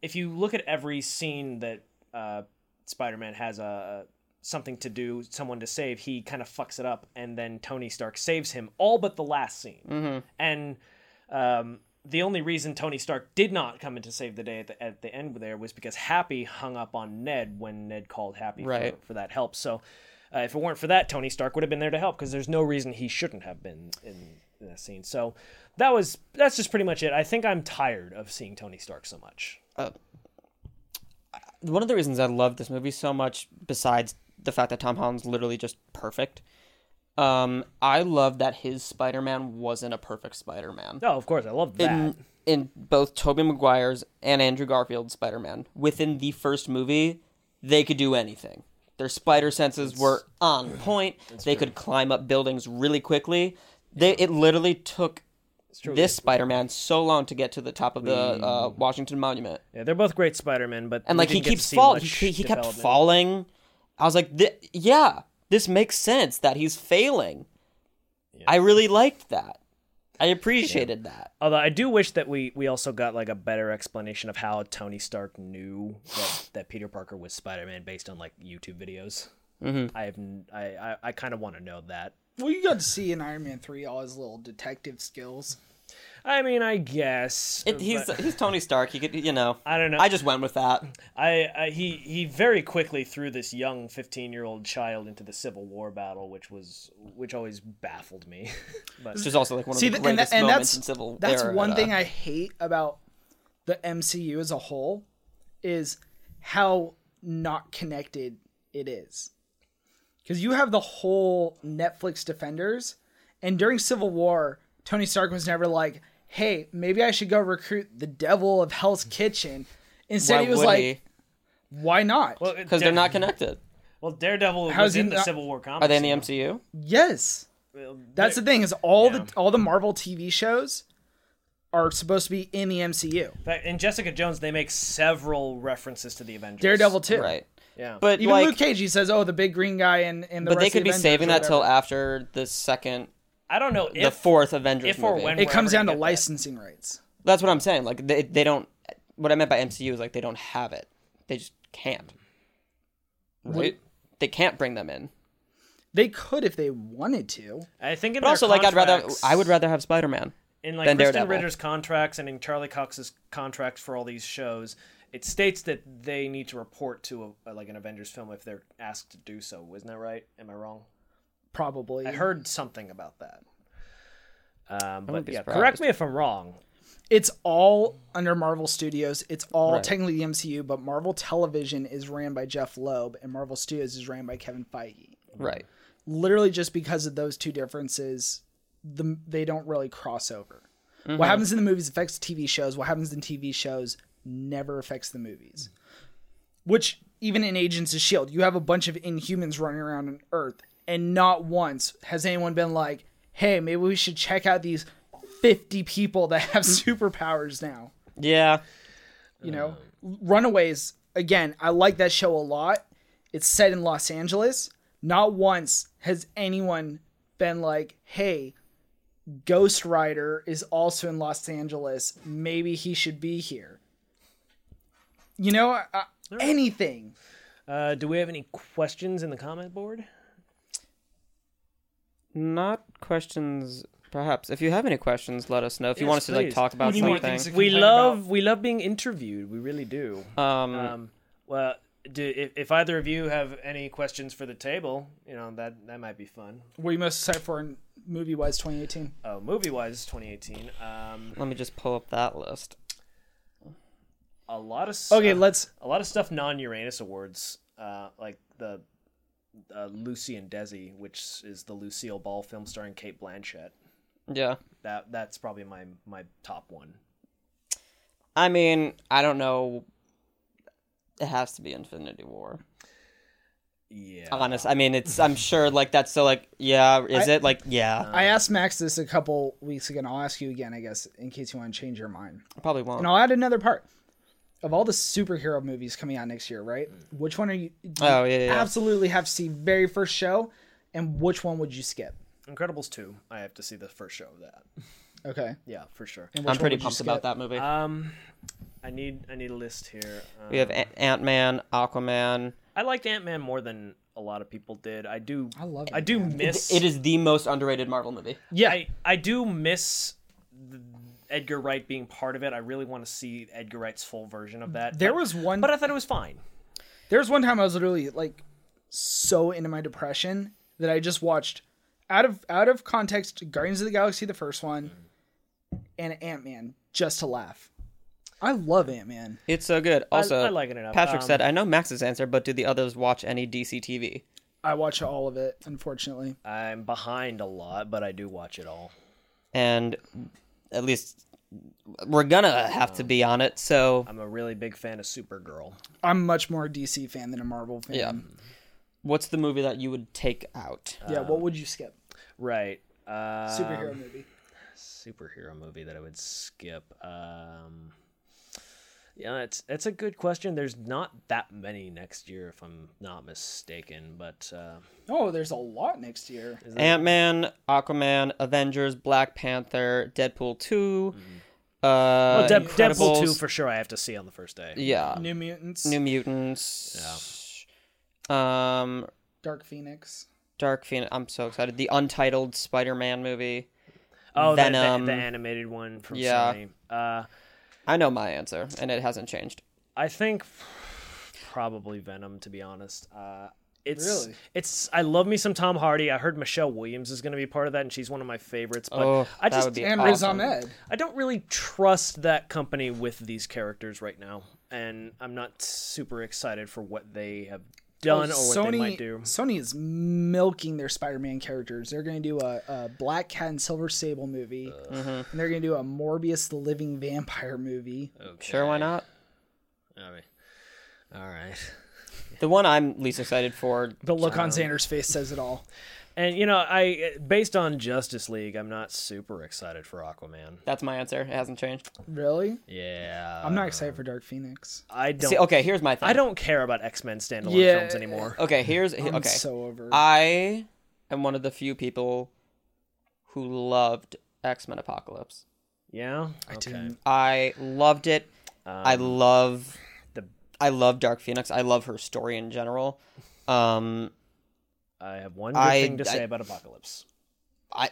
S3: if you look at every scene that uh, Spider-Man has a something to do, someone to save, he kind of fucks it up, and then Tony Stark saves him all but the last scene,
S2: Mm-hmm.
S3: and um, the only reason Tony Stark did not come in to save the day at the, at the end there was because Happy hung up on Ned when Ned called Happy for-
S2: Right.
S3: for, that help. So uh, if it weren't for that, Tony Stark would have been there to help because there's no reason he shouldn't have been in, in that scene. So that was that's just pretty much it. I think I'm tired of seeing Tony Stark so much.
S2: one of the reasons I love this movie so much, besides the fact that Tom Holland's literally just perfect, um, I love that his Spider Man wasn't a perfect Spider Man.
S3: No, Oh, of course I love that.
S2: In, in both Tobey Maguire's and Andrew Garfield's Spider Man, within the first movie, they could do anything. Their spider senses were on point. They could climb up buildings really quickly. They it literally took this Spider Man so long to get to the top of the uh, Washington Monument
S3: yeah, they're both great Spider-Men, but
S2: and like he keeps falling he, he kept falling I was like, "Th- yeah, this makes sense that he's failing. I really liked that. I appreciated that.
S3: Although I do wish that we we also got like a better explanation of how Tony Stark knew that, that Peter Parker was Spider Man based on like YouTube videos.
S2: Mm-hmm.
S3: I have n- I I, I kind of want to know that.
S1: Well, you got to see in Iron Man three all his little detective skills.
S3: I mean, I guess
S2: It, he's
S3: but
S2: he's Tony Stark. He could, you know.
S3: I don't know.
S2: I just went with that.
S3: I, I he he very quickly threw this young fifteen year old child into the Civil War battle, which was which always baffled me.
S2: Which is also like one of
S1: See,
S2: the
S1: th- and,
S2: greatest
S1: tha- and
S2: moments
S1: that's
S2: in Civil War.
S1: that's one thing I hate about the MCU as a whole is how not connected it is. Because you have the whole Netflix Defenders, and during Civil War, Tony Stark was never like, "Hey, maybe I should go recruit the Devil of Hell's Kitchen." Instead, he was like, "Why not?"
S2: because they're not connected.
S3: Well, Daredevil
S1: How's
S3: was
S1: he
S3: in the
S1: not-
S3: Civil War comics.
S2: Are they in the MCU?
S1: yes, that's the thing is all the all the Marvel TV shows are supposed to be in the MCU.
S3: But in Jessica Jones, they make several references to the Avengers.
S1: Daredevil too,
S2: Right.
S3: Yeah.
S2: But
S1: Even
S2: like,
S1: Luke Cage, he says, "Oh, the big green guy," and and the
S2: but they
S1: rest of
S2: could
S1: the
S2: be
S1: Avengers
S2: saving
S1: or
S2: that till
S1: whatever.
S2: after the second,
S3: I don't know if
S2: the fourth Avengers
S3: if or
S2: movie.
S3: when-
S1: It comes down
S3: Wherever they
S1: to
S3: get that.
S1: licensing rights.
S2: That's what I'm saying. Like they they don't. What I meant by MCU is like they don't have it. They just can't. Right. They can't bring them in.
S1: They could if they wanted to.
S3: I think in
S2: But also,
S3: their
S2: like I'd rather
S3: contracts-
S2: I would rather have Spider Man.
S3: in like
S2: than
S3: Kristen
S2: Daredevil.
S3: Ritter's contracts and in Charlie Cox's contracts for all these shows. It states that they need to report to a, like an Avengers film if they're asked to do so. Isn't that right? Am I wrong?
S1: Probably.
S3: I heard something about that. Um, but
S2: be
S3: yeah,
S2: surprised.
S3: correct me if I'm wrong.
S1: It's all under Marvel Studios. It's all
S2: Right.
S1: technically the MCU, but Marvel Television is ran by Jeff Loeb, and Marvel Studios is ran by Kevin Feige.
S2: Right.
S1: Literally, just because of those two differences, the, they don't really cross over. What happens in the movies affects TV shows. What happens in TV shows never affects the movies. Which, even in Agents of S.H.I.E.L.D., E you have a bunch of inhumans running around on Earth, and not once has anyone been like, hey, maybe we should check out these 50 people that have superpowers now.
S2: Yeah.
S1: You know? Runaways, again, I like that show a lot. It's set in Los Angeles. Not once has anyone been like, hey, Ghost Rider is also in Los Angeles. Maybe he should be here. You know, I- I- anything.
S3: Uh, do we have any questions in the comment board?
S2: Not questions. Perhaps if you have any questions, let us know. If you want us
S3: Yes,
S2: to like
S3: please.
S2: talk about
S1: do you want
S2: something,
S1: things
S3: We
S1: Complain
S3: love we love being interviewed. We really do.
S2: um,
S3: Um, well, do, if, if either of you have any questions for the table, you know that that might be fun.
S1: What are you most excited for in movie wise 2018?
S3: Oh, movie wise, 2018. Um,
S2: let me just pull up that list.
S3: a lot of s-
S1: Okay,
S3: uh,
S1: let's.
S3: a lot of stuff non Uranus awards, uh, like the uh, Lucy and Desi, which is the Lucille Ball film starring Kate Blanchett.
S2: Yeah.
S3: That that's probably my my top one.
S2: I mean, I don't know. It has to be Infinity War.
S3: Yeah.
S1: Uh,
S2: Honest. I mean, it's. I'm sure. Like that's so. Like, yeah. Is it like yeah?
S1: I asked Max this a couple weeks ago, and I'll ask you again, I guess, in case you want to change your mind.
S2: I probably won't.
S1: And I'll add another part. Of all the superhero movies coming out next year, right? Which one are you do you
S2: Oh yeah. yeah, yeah.
S1: absolutely have to see very first show, and which one would you skip?
S3: Incredibles two. I have to see the first show of that.
S1: Okay,
S3: Yeah, for sure.
S1: and which
S2: I'm
S1: one
S2: pretty
S1: would you
S2: pumped
S1: skip?
S2: about that movie.
S3: Um, I need I need a list here. Um,
S2: we have a- Ant Man, Aquaman.
S3: I liked Ant Man more than a lot of people did. I do.
S1: I love
S3: I do
S1: Ant-Man.
S3: miss.
S2: It is the most underrated Marvel movie.
S3: Yeah, I, I do miss th- Edgar Wright being part of it. I really want to see Edgar Wright's full version of that.
S1: There
S3: but,
S1: was one.
S3: but I thought it was fine.
S1: There was one time I was literally like so into my depression that I just watched out of out of context Guardians of the Galaxy the first one and Ant Man just to laugh. I love Ant Man.
S2: It's so good. Also,
S3: I like it enough.
S2: Patrick
S3: Um,
S2: said, "I know Max's answer, but do the others watch any DC TV?"
S1: I watch all of it, unfortunately.
S3: I'm behind a lot, but I do watch it all.
S2: And at least we're gonna have to be on it. So
S3: I'm a really big fan of Supergirl.
S1: I'm much more a DC fan than a Marvel fan.
S3: Mm.
S2: Yeah. What's the movie that you would take out?
S1: Yeah, what would you skip?
S3: Right. Uh,
S1: Superhero movie.
S3: superhero movie that I would skip. Um, Yeah, it's it's a good question. There's not that many next year, if I'm not mistaken. But uh,
S1: Oh, there's a lot next year.
S2: Ant Man, Aquaman, Avengers, Black Panther, Deadpool 2 uh,
S3: Mm-hmm. well, Dead- Deadpool
S2: Incredibles.
S3: two for sure. I have to see on the first day.
S2: yeah, New,
S1: New Mutants,
S2: Mutants, um,
S1: Dark Phoenix.
S2: Dark Phoenix. I'm so excited. The Untitled Spider-Man movie.
S3: Oh, the- the-
S2: Venom.
S3: The, animated one from
S2: Yeah.
S3: Sony. Uh,
S2: I know my answer, and it hasn't changed.
S3: I think probably Venom, to be honest. Uh, it's
S1: Really?
S3: it's I love me some Tom Hardy. I heard Michelle Williams is going to be part of that, and she's one of my favorites. But
S2: Oh,
S3: I
S2: that
S3: just
S2: would be
S1: And Riz
S2: awesome.
S1: Ahmed.
S3: I don't really trust that company with these characters right now, and I'm not super excited for what they have done or what they might do.
S1: Sony is milking their Spider-Man characters. They're going to do a, a Black Cat and Silver Sable movie, and they're going to do a Morbius the Living Vampire movie.
S2: Sure, why not?
S3: All right. All right.
S2: The one I'm least excited for.
S1: The look on Xander's face says it all.
S3: And you know, I based on Justice League, I'm not super excited for Aquaman.
S2: That's my answer. It hasn't changed.
S1: Really?
S3: Yeah.
S1: I'm not excited for Dark Phoenix.
S3: I don't
S2: See, okay, here's my thing.
S3: oh, I don't care about X-Men standalone
S1: Yeah.
S3: films anymore.
S2: Okay, here's he-
S1: I'm
S2: Eh, okay.
S1: so over.
S2: I am one of the few people who loved X Men Apocalypse.
S3: Yeah.
S1: I didn't.
S2: I loved it. I love the.
S3: the-
S2: I love Dark Phoenix. I love her story in general. Um,
S3: I have one good
S2: I-
S3: thing to
S2: I-
S3: say about Apocalypse,
S2: I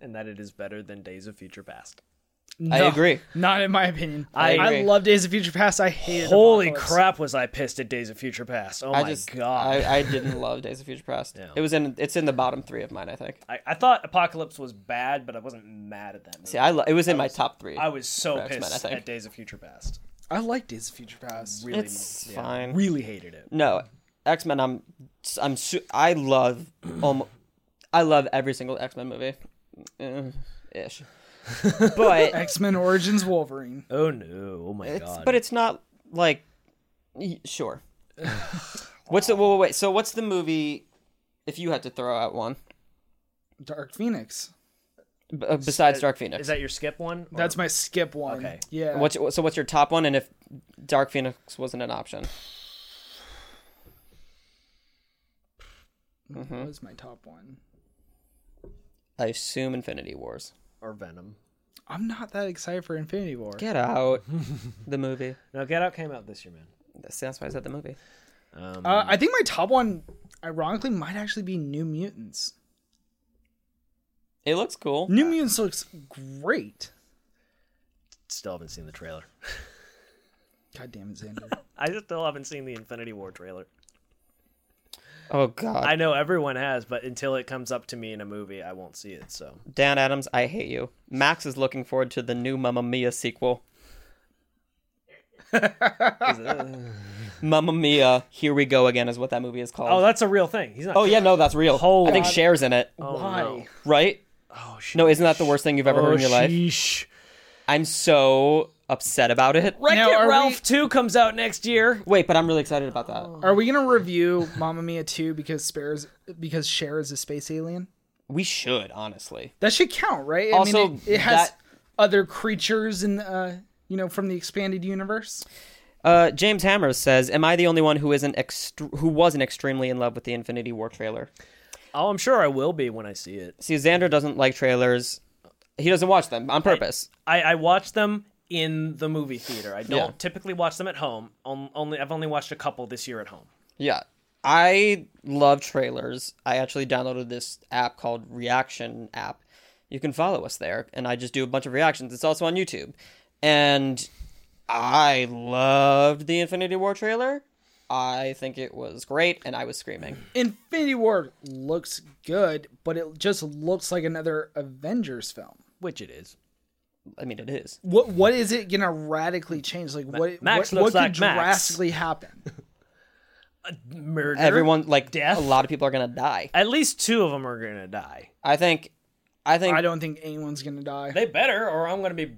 S3: and that it is better than Days of Future Past.
S2: I
S1: No,
S2: agree.
S1: Not in my opinion.
S3: I
S1: I,
S2: agree.
S1: love Days of Future Past. I hated.
S3: Holy
S1: Apocalypse.
S3: crap was I pissed at Days of Future Past. Oh
S2: I
S3: my
S2: just
S3: god.
S2: I, I didn't love Days of Future Past. It was in it's in the bottom three of mine. I think.
S3: I, I thought Apocalypse was bad, but I wasn't mad at that movie.
S2: See, I lo- it was in my top three.
S3: I was so
S2: for X-Men, I
S3: pissed
S2: think.
S3: at Days of Future Past.
S1: I like Days of Future Past.
S3: Really,
S2: it's fine.
S3: really hated it.
S2: No, X Men. I'm I'm su- I love almost I love every single X Men movie, Eh, ish. Oh But
S1: X Men Origins Wolverine.
S3: Oh no! Oh my
S2: it's
S3: god!
S2: but it's not like y- sure. what's the wait, wait wait? So what's the movie? If you had to throw out one
S1: Dark Phoenix.
S2: b- uh, besides Dark Phoenix,
S3: Is that uh, your skip one? Or-
S1: That's my skip one.
S3: Okay.
S1: Yeah.
S2: what's so what's your top one? And if Dark Phoenix wasn't an option, Mm-hmm.
S1: That was my top one.
S2: I assume Infinity Wars.
S3: or Venom?
S1: I'm not that excited for Infinity War.
S2: Get out the movie.
S3: No, Get Out came out this year, man. Um,
S2: That's that's why I said the movie.
S1: Uh, I think my top one, ironically, might actually be New Mutants.
S2: It looks cool.
S1: New Mutants looks great.
S3: Still haven't seen the trailer.
S1: God damn it, Xander.
S3: I still haven't seen the Infinity War trailer.
S2: Oh God.
S3: I know everyone has, but until it comes up to me in a movie, I won't see it. So
S2: Dan Adams, I hate you. Max is looking forward to the new Mamma Mia sequel. Mamma Mia, here we go again is what that movie is called.
S3: oh,
S2: Oh,
S3: that's a real thing. He's not.
S2: yeah, no, that's real.
S3: Holy-
S2: I think Cher's in it,
S1: Why?
S2: right?
S3: Oh,
S2: No, isn't that the worst thing you've ever heard in your life?
S3: sheesh.
S2: I'm so upset about it.
S3: Wreck
S1: Now,
S3: It
S1: are we-
S3: Ralph two comes out next year.
S2: Wait, but I'm really excited about that.
S1: Are we gonna review Mamma Mia 2 because spares because Cher is a space alien?
S2: We should, honestly.
S1: That should count, right? I
S2: Also,
S1: mean, it, it has
S2: that-
S1: other creatures in uh you know from the expanded universe.
S2: Uh, James Hammer says, "Am I the only one who isn't ext- who wasn't extremely in love with the Infinity War trailer?"
S3: Oh, I'm sure I will be when I see it.
S2: See, Xander doesn't like trailers. He doesn't watch them on purpose.
S3: I, I watch them in the movie theater. I don't
S2: Yeah.
S3: typically watch them at home. On- Only I've only watched a couple this year at home.
S2: Yeah. I love trailers. I actually downloaded this app called Reaction app. You can follow us there and I just do a bunch of reactions. It's also on YouTube. And I loved the Infinity War trailer. I think it was great and I was screaming.
S1: Infinity War looks good, but it just looks like another Avengers film.
S3: Which it is.
S2: I mean it is.
S1: What what is it gonna radically change? Like what
S3: Max
S1: what,
S3: looks
S1: what could
S3: like Max.
S1: drastically happen?
S3: Murder.
S2: Everyone like
S3: Death?
S2: a lot of people are going to die.
S3: At least two of them are gonna die.
S2: I think I think
S1: I don't think anyone's gonna die.
S3: They better, or I'm gonna be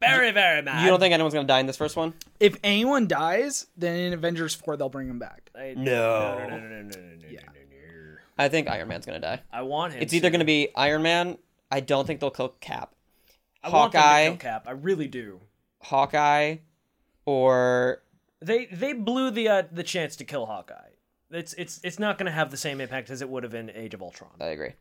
S3: very, very mad.
S2: you don't think anyone's going to die in this first one?
S1: if anyone dies, then in Avengers four they'll bring him back.
S3: I,
S2: No.
S3: No, no, no, no, no, no, no, no, no, no.
S2: I think Iron Man's going to die.
S3: I want him.
S2: It's either
S3: to.
S2: going to be Iron Man, I don't think they'll kill Cap.
S3: I want them to
S2: Hawkeye.
S3: kill Cap. I really do.
S2: Hawkeye or
S3: They they blew the uh, the chance to kill Hawkeye. It's it's it's not going to have the same impact as it would have in Age of Ultron.
S2: I agree.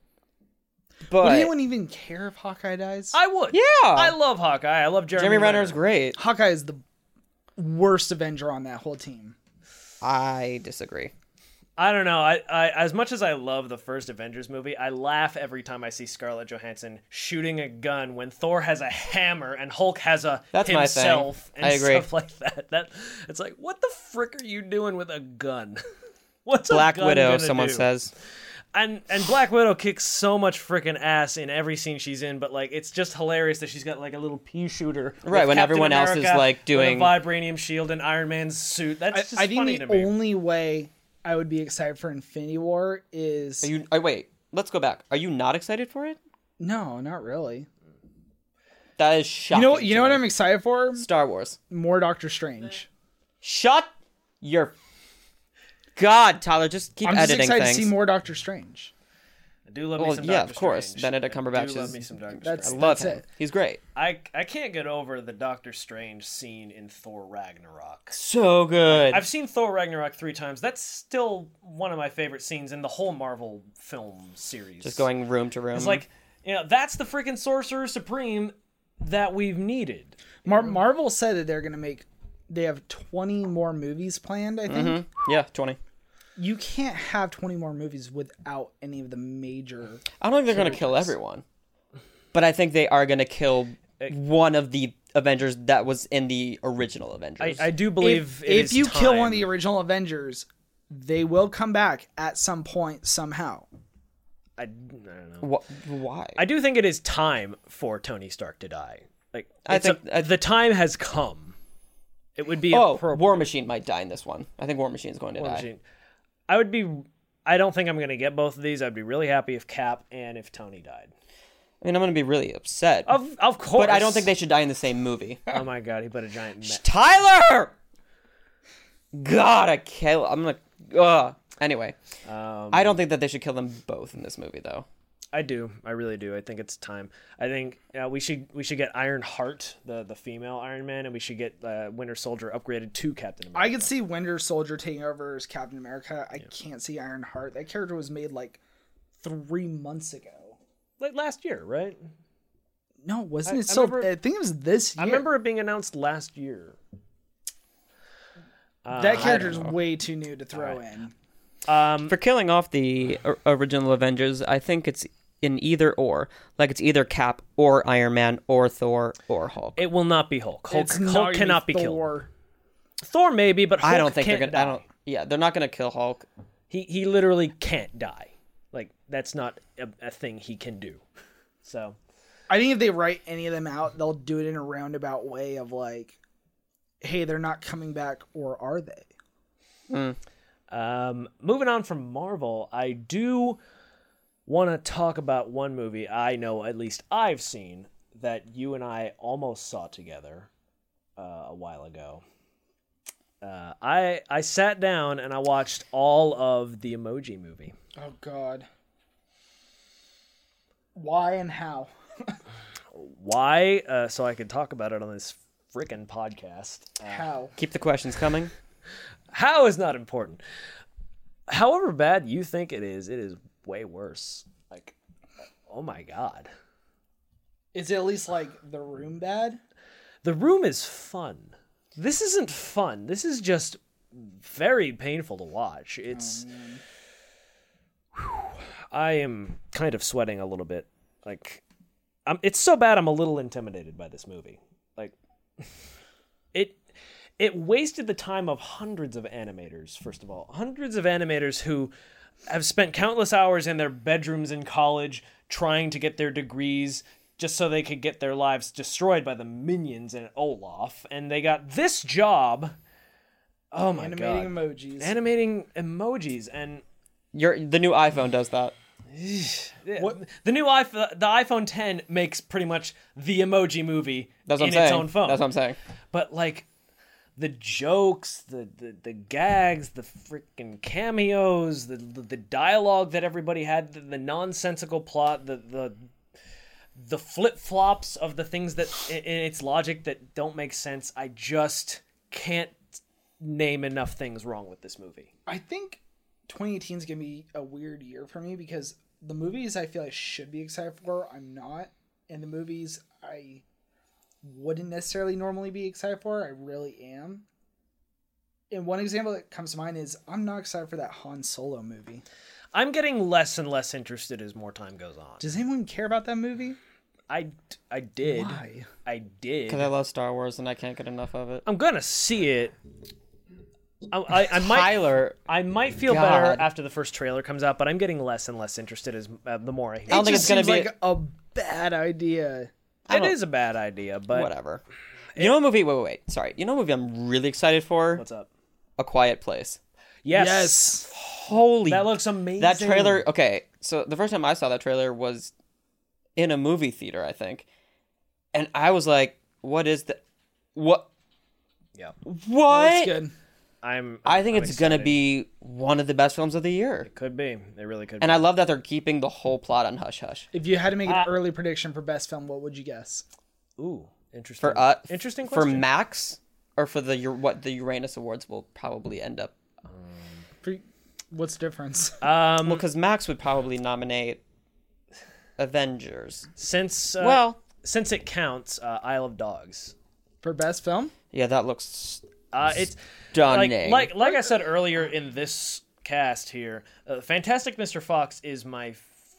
S1: Would
S2: But
S1: anyone even care if Hawkeye dies?
S3: I would.
S2: yeah,
S3: I love Hawkeye. I love Jeremy,
S2: Jeremy
S3: Renner.
S2: Renner's great.
S1: Hawkeye is the worst Avenger on that whole team.
S2: I disagree.
S3: I don't know. I, I as much as I love the first Avengers movie, I laugh every time I see Scarlett Johansson shooting a gun when Thor has a hammer and Hulk has a
S2: That's my thing.
S3: himself and
S2: I agree.
S3: stuff like that. That it's like, what the frick are you doing with a gun? What's
S2: Black
S3: a gun
S2: Widow,
S3: gonna
S2: someone
S3: do?
S2: says.
S3: and and Black Widow kicks so much freaking ass in every scene she's in, but like it's just hilarious that she's got like a little pea shooter, with
S2: Right, when
S3: Captain
S2: everyone else is,
S3: America
S2: like,
S3: with a
S2: doing-
S3: vibranium shield and Iron Man's suit. That's
S1: I,
S3: just
S1: I
S3: funny
S1: think
S3: to
S1: the
S3: me.
S1: only way I would be excited for Infinity War is
S2: Are you? oh, wait, let's go back. Are you not excited for it?
S1: no, not really.
S2: That is shocking.
S1: You know, you
S2: to
S1: know what
S2: me.
S1: I'm excited for?
S2: Star Wars.
S1: More Doctor Strange.
S2: Shut your God, Tyler. Just keep
S1: I'm just
S2: editing
S1: excited
S2: things.
S1: to see more Doctor Strange.
S3: I do love
S2: Well,
S3: me some
S2: yeah,
S3: Doctor
S2: of course.
S3: Strange.
S2: Benedict
S3: I do
S2: Cumberbatch
S3: love
S2: is-
S3: me some Doctor
S1: That's-
S2: I
S3: Strange.
S2: love
S1: That's
S2: him.
S1: it.
S2: He's great.
S3: I I can't get over the Doctor Strange scene in Thor Ragnarok.
S2: So good.
S3: I've seen Thor Ragnarok three times. That's still one of my favorite scenes in the whole Marvel film series.
S2: Just going room to room.
S3: It's like, you know, that's the freaking Sorcerer Supreme that we've needed.
S1: Mar- Marvel said that they're going to make they have 20 more movies planned, I think.
S3: Mm-hmm.
S2: yeah, twenty.
S1: You can't have 20 more movies without any of the major
S2: I don't think they're gonna kill everyone, but I think they are gonna kill one of the Avengers that was in the original Avengers.
S3: I do believe
S1: if, if you kill one of the original Avengers, they will come back at some point somehow.
S3: I, I don't know.
S2: Wh- why?
S3: I do think it is time for Tony Stark to die. Like
S2: I
S3: it's a-
S2: think- I-
S3: the time has come. It would be
S2: oh,
S3: appropriate.
S2: War Machine might die in this one. I think War Machine's going to die.
S3: Machine. I would be. I don't think I'm going to get both of these. I'd be really happy if Cap and if Tony died.
S2: I mean, I'm gonna be really upset,
S3: Of of course.
S2: but I don't think they should die in the same movie.
S3: Oh my god, he put a giant. Me-
S2: Tyler, God, I kill. I'm gonna. Ugh. Anyway,
S3: um,
S2: I don't think that they should kill them both in this movie, though.
S3: I do. I really do. I think it's time. I think uh, we should we should get Iron Heart, the the female Iron Man, and we should get uh, Winter Soldier upgraded to Captain America.
S1: I could see Winter Soldier taking over as Captain America. I can't see Iron Heart. That character was made like three months ago.
S3: like last year, right?
S1: No, wasn't
S3: I-
S1: it?
S3: I
S1: So
S3: remember-
S1: I think it was this year.
S3: I remember it being announced last year.
S1: that character's way too new to throw in.
S3: Um,
S2: For killing off the o- original Avengers, I think it's in either or. Like it's either Cap or Iron Man or Thor or Hulk.
S3: it will not be Hulk. Hulk,
S1: It's not gonna
S3: Hulk cannot be killed.
S1: Thor.
S3: Thor maybe, but Hulk
S2: I don't think they're gonna.
S3: can't Die.
S2: I don't. Yeah, they're not gonna kill Hulk.
S3: He he literally can't die. Like that's not a, a thing he can do. So
S1: I think if they write any of them out, they'll do it in a roundabout way of like, hey, they're not coming back, or are they?
S3: Um, moving on from Marvel, I do want to talk about one movie I know at least I've seen that you and I almost saw together uh, a while ago. Uh, I I sat down and I watched all of the Emoji Movie.
S1: Oh God. Why and how?
S3: Why? Uh, so I could talk about it on this freaking podcast.
S1: How?
S2: Keep the questions coming.
S3: How is not important. However bad you think it is, it is way worse. Like, oh my god.
S1: Is it at least like the room bad?
S3: The room is fun. This isn't fun. This is just very painful to watch. It's. Whew. I am kind of sweating a little bit. Like, I'm, it's so bad. I'm a little intimidated by this movie. Like, it it wasted the time of hundreds of animators. First of all, hundreds of animators who have spent countless hours in their bedrooms in college trying to get their degrees just so they could get their lives destroyed by the minions and Olaf. And they got this job. Oh my
S1: Animating
S3: god.
S1: emojis.
S3: Animating emojis and
S2: Your the new iPhone does that.
S3: what? the new iPhone, the iPhone 10 makes pretty much the emoji movie
S2: That's
S3: in
S2: what I'm
S3: its
S2: saying.
S3: own phone.
S2: That's what I'm saying.
S3: but like the jokes the the, the gags the freaking cameos the, the the dialogue that everybody had the, the nonsensical plot the the the flip-flops of the things that in, in its logic that don't make sense i just can't name enough things wrong with this movie.
S1: I think 2018 is gonna be a weird year for me because the movies I feel I should be excited for, I'm not, and the movies I wouldn't necessarily normally be excited for, I really am. And one example that comes to mind is I'm not excited for that Han Solo movie.
S3: I'm getting less and less interested as more time goes on.
S1: Does anyone care about that movie?
S3: I I did.
S1: Why?
S3: I did.
S2: Because I love Star Wars and I can't get enough of it.
S3: I'm gonna see it. I, I, I might
S2: Tyler,
S3: I might feel
S2: God.
S3: better after the first trailer comes out, but I'm getting less and less interested as uh, the more I hear.
S2: I don't think it's
S1: Just
S2: gonna
S1: seems
S2: be
S1: like a bad idea.
S2: I
S3: It
S2: don't-
S3: is a bad idea, but
S2: whatever. You know a movie? Wait, wait, wait. Sorry. You know a movie I'm really excited for?
S3: what's up?
S2: A Quiet Place.
S3: Yes,
S2: Holy
S3: that looks amazing.
S2: that trailer okay so the first time i saw that trailer was in a movie theater i think and i was like what is that what
S3: Yeah.
S1: That's
S2: what
S1: good.
S3: I'm.
S2: i think
S3: I'm
S2: it's
S3: excited.
S2: gonna be one of the best films of the year
S3: Could be. It really could.
S2: and
S3: be.
S2: i love that they're keeping the whole plot on hush hush
S1: If you had to make
S2: Uh,
S1: an early prediction for best film, what would you guess?
S3: Ooh, interesting.
S2: for uh
S3: interesting
S2: for
S3: question.
S2: max or for the Ur- what the uranus awards will probably end up
S1: For- What's the difference?
S2: Uh,
S3: um,
S2: well because max would probably nominate avengers
S3: since uh,
S2: well
S3: since it counts, uh, Isle of Dogs.
S1: For best film?
S2: yeah that looks
S3: Uh, it's
S2: stunning
S3: like like like I said earlier in this cast here, uh, Fantastic Mr. Fox is my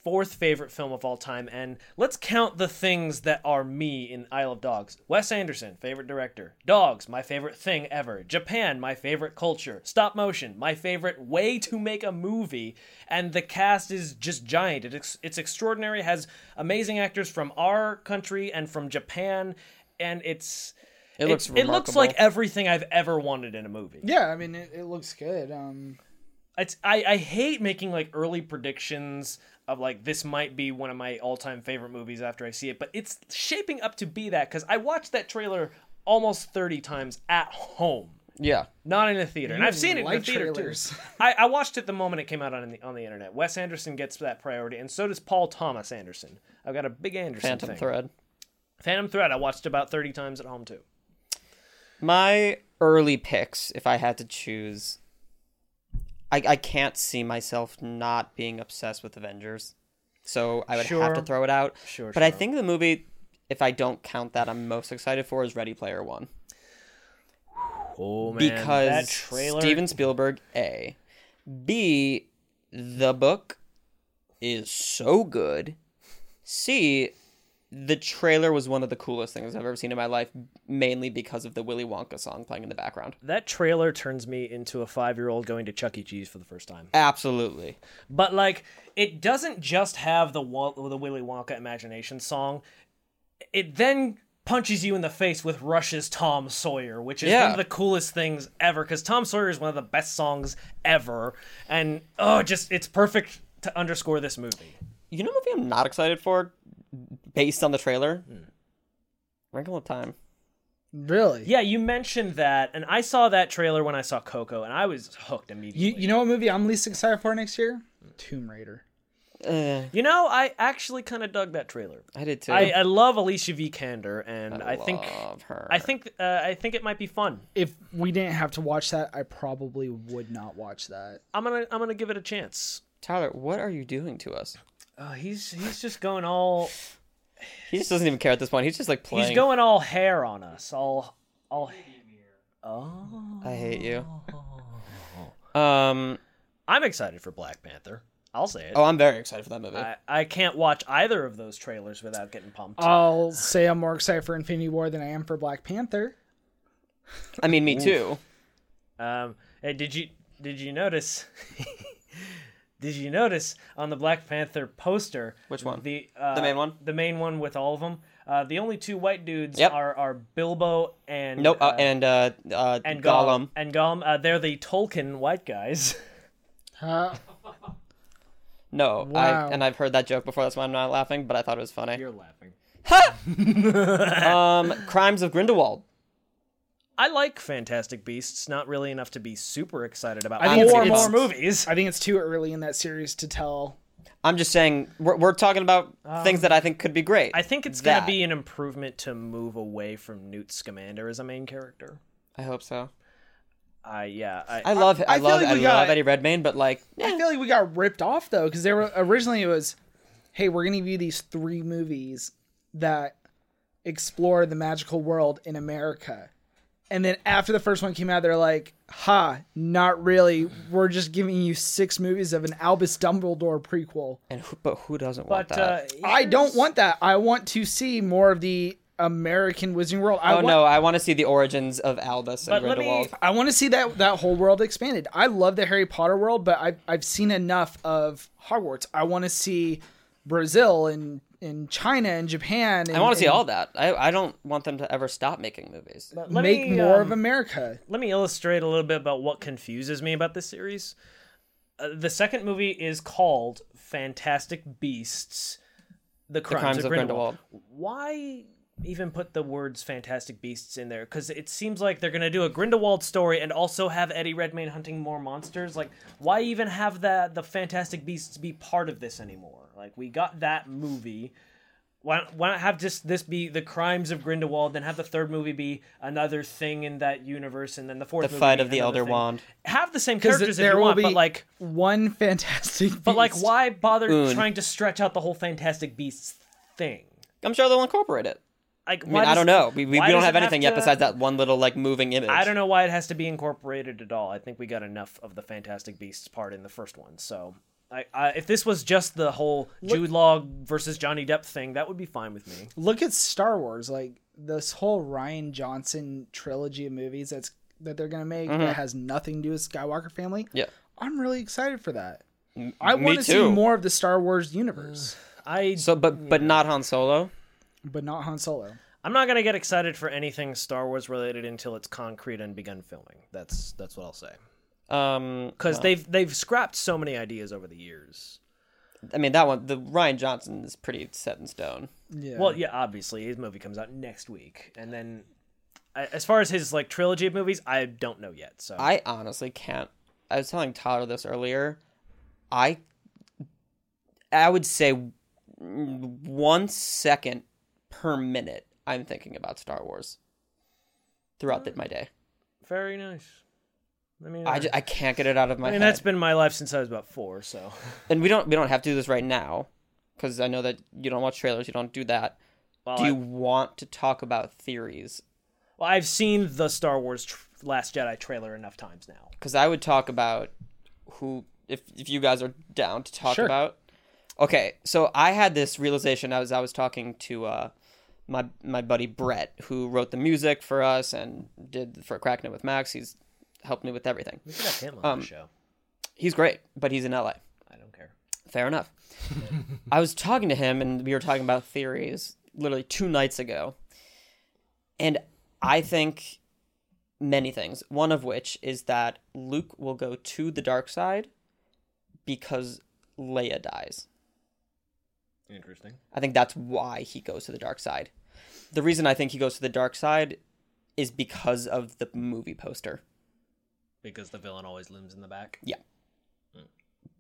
S3: fourth favorite film of all time, and let's count the things that are me in Isle of Dogs. Wes Anderson, favorite director. Dogs, my favorite thing ever. Japan, my favorite culture. Stop motion, my favorite way to make a movie. And the cast is just giant. It ex- it's extraordinary. It has amazing actors from our country and from Japan, and it's.
S2: it looks
S3: it looks
S2: remarkable.
S3: like everything I've ever wanted in a movie.
S1: Yeah, I mean, it, it looks good. Um,
S3: it's I, I hate making like early predictions of like this might be one of my all-time favorite movies after I see it, but it's shaping up to be that because I watched that trailer almost 30 times at home,
S2: yeah
S3: not in a theater. and I've seen it in the
S1: like
S3: theater
S1: trailers.
S3: too. I, I watched it the moment it came out on the on the internet. Wes Anderson gets that priority, and so does Paul Thomas Anderson. I've got a big Anderson
S2: phantom
S3: thing.
S2: thread
S3: Phantom Thread. I watched about 30 times at home too.
S2: My early picks, if I had to choose, I, I can't see myself not being obsessed with Avengers. So I would have
S3: Sure.
S2: to throw it out.
S3: Sure,
S2: But I think the movie, if I don't count that, I'm most excited for is Ready Player One.
S3: Oh man,
S2: Because
S3: that trailer.
S2: Steven Spielberg, A. B. The book is so good. C. The trailer was one of the coolest things I've ever seen in my life, mainly because of the Willy Wonka song playing in the background.
S3: that trailer turns me into a five-year-old going to Chuck E. Cheese for the first time.
S2: Absolutely.
S3: But like, it doesn't just have the Wa- the Willy Wonka imagination song. It then punches you in the face with Rush's Tom Sawyer, which is one
S2: Yeah.
S3: of the coolest things ever. Because Tom Sawyer is one of the best songs ever, and oh, just it's perfect to underscore this movie.
S2: You know, a movie I'm not excited for, based on the trailer. Wrinkle of Time.
S1: really?
S3: Yeah, you mentioned that, and I saw that trailer when I saw Coco, and I was hooked immediately.
S1: You, you know what movie I'm least excited for next year? Tomb Raider.
S2: Uh,
S3: You know, I actually kind of dug that trailer.
S2: I did too.
S3: I, I love Alicia Vikander, and I, think
S2: love her.
S3: I think uh, I think it might be fun.
S1: If we didn't have to watch that, I probably would not watch that.
S3: I'm gonna I'm gonna give it a chance.
S2: Tyler, what are you doing to us?
S3: Oh, he's he's just going all
S2: He just doesn't even care at this point. He's just like playing.
S3: he's going all hair on us. All all. Oh.
S2: I hate you. Um.
S3: I'm excited for Black Panther. I'll say it.
S2: Oh, I'm very excited for that movie.
S3: I, I can't watch either of those trailers without getting pumped.
S1: I'll say I'm more excited for Infinity War than I am for Black Panther.
S2: I mean, me too. Oh.
S3: Um, hey, did you did you notice? did you notice on the Black Panther poster?
S2: Which one?
S3: The uh,
S2: The main one?
S3: The main one with all of them. Uh, the only two white dudes
S2: Yep.
S3: are are Bilbo and
S2: Nope. Uh,
S3: uh,
S2: and uh, uh,
S3: and
S2: Gollum.
S3: And Gollum. Uh, they're the Tolkien white guys.
S1: Uh,
S2: No.
S1: Wow.
S2: I, and I've heard that joke before. That's why I'm not laughing. But I thought it was funny.
S7: You're laughing.
S2: Um, Crimes of Grindelwald.
S3: I like Fantastic Beasts, not really enough to be super excited about.
S1: I think it's-
S3: four
S1: it's-
S3: more movies.
S1: I think it's too early in that series to tell.
S2: I'm just saying we're, we're talking about things that I think could be great.
S3: Um, I think it's going
S2: That.
S3: to be an improvement to move away from Newt Scamander as a main character.
S2: I hope so.
S3: I yeah. I,
S2: I love I,
S1: I feel
S2: love
S1: like
S2: I
S1: we
S2: love
S1: got-
S2: Eddie Redmayne, but like
S1: I feel like we got ripped off though, because they were originally it was, hey, we're gonna give you these three movies that explore the magical world in America. And then after the first one came out, they're like, ha, not really. We're just giving you six movies of an Albus Dumbledore prequel.
S2: and who, but who doesn't want
S3: but
S2: that?
S3: uh,
S1: I don't want that. I want to see more of the American Wizarding World. I
S2: oh
S1: want,
S2: no, I want to see the origins of Albus and
S3: But let me-
S2: Grindelwald.
S1: I want to see that that whole world expanded. I love the Harry Potter world, but I've I've seen enough of Hogwarts. I want to see Brazil and and China and Japan. And,
S2: I want to see
S1: and
S2: all that. I, I don't want them to ever stop making movies.
S3: let, let
S1: make
S3: me,
S1: more
S3: um,
S1: of America.
S3: let me illustrate a little bit about what confuses me about this series. Uh, the second movie is called Fantastic Beasts: The Crimes,
S2: Crimes
S3: of,
S2: of
S3: Grindelwald. Why even put the words Fantastic Beasts in there? Because it seems like they're gonna do a Grindelwald story and also have Eddie Redmayne hunting more monsters. Like, why even have that the Fantastic Beasts be part of this anymore? Like, we got that movie why not, why not have just this be the crimes of Grindelwald, then have the third movie be another thing in that universe, and then the fourth
S2: The
S3: movie
S2: fight
S3: be
S2: of the
S3: another
S2: Elder
S3: thing.
S2: Wand.
S3: Have the same
S1: Because
S3: characters if
S1: there
S3: you
S1: will
S3: want,
S1: be
S3: but like,
S1: one fantastic.
S3: but like, why bother
S2: Un.
S3: trying to stretch out the whole Fantastic Beasts thing?
S2: I'm sure they'll incorporate it.
S3: Like,
S2: I mean, I don't know. We, we, we don't have anything yet
S3: besides that.
S2: besides that one little like moving image.
S3: I don't know why it has to be incorporated at all. I think we got enough of the Fantastic Beasts part in the first one. So, I, I, if this was just the whole Jude Law versus Johnny Depp thing, that would be fine with me.
S1: Look at Star Wars. Like this whole Ryan Johnson trilogy of movies that's that they're gonna make that has nothing to do with Skywalker family.
S2: Mm-hmm. Yeah.
S1: I'm really excited for that. I
S2: me
S1: want to see
S2: too.
S1: more of the Star Wars universe,
S3: I
S2: So, but but not Han Solo.
S1: but not Han Solo.
S3: I'm not gonna get excited for anything Star Wars related until it's concrete and begun filming. That's that's what I'll say.
S2: Um,
S3: Because they've they've scrapped so many ideas over the years.
S2: I mean that one. The Ryan Johnson is pretty set in stone.
S1: Yeah.
S3: Well, yeah, obviously his movie comes out next week, and then I- as far as his like trilogy of movies, I don't know yet. So
S2: I honestly can't. I was telling Todd this earlier. I I would say one second per minute. I'm thinking about Star Wars throughout the, my day.
S3: very nice. I mean,
S2: I, ju- I can't get it out of my
S3: I mean
S2: head.
S3: that's been my life since I was about four. So
S2: and we don't we don't have to do this right now because I know that you don't watch trailers. You don't do that.
S3: well,
S2: do
S3: I,
S2: you want to talk about theories?
S3: well, I've seen the Star Wars tr- Last Jedi trailer enough times now.
S2: Because I would talk about who if if you guys are down to talk
S1: Sure.
S2: about. Okay, so I had this realization as I was talking to uh, my my buddy Brett, who wrote the music for us and did for Cracking It with Max. He's helped me with everything.
S3: We could have him on the show.
S2: He's great, but he's in LA.
S3: I don't care.
S2: Fair enough. I was talking to him and we were talking about theories literally two nights ago. And I think many things, one of which is that Luke will go to the dark side because Leia dies.
S3: Interesting.
S2: I think that's why he goes to the dark side. The reason I think he goes to the dark side is because of the movie poster.
S3: Because the villain always looms in the back.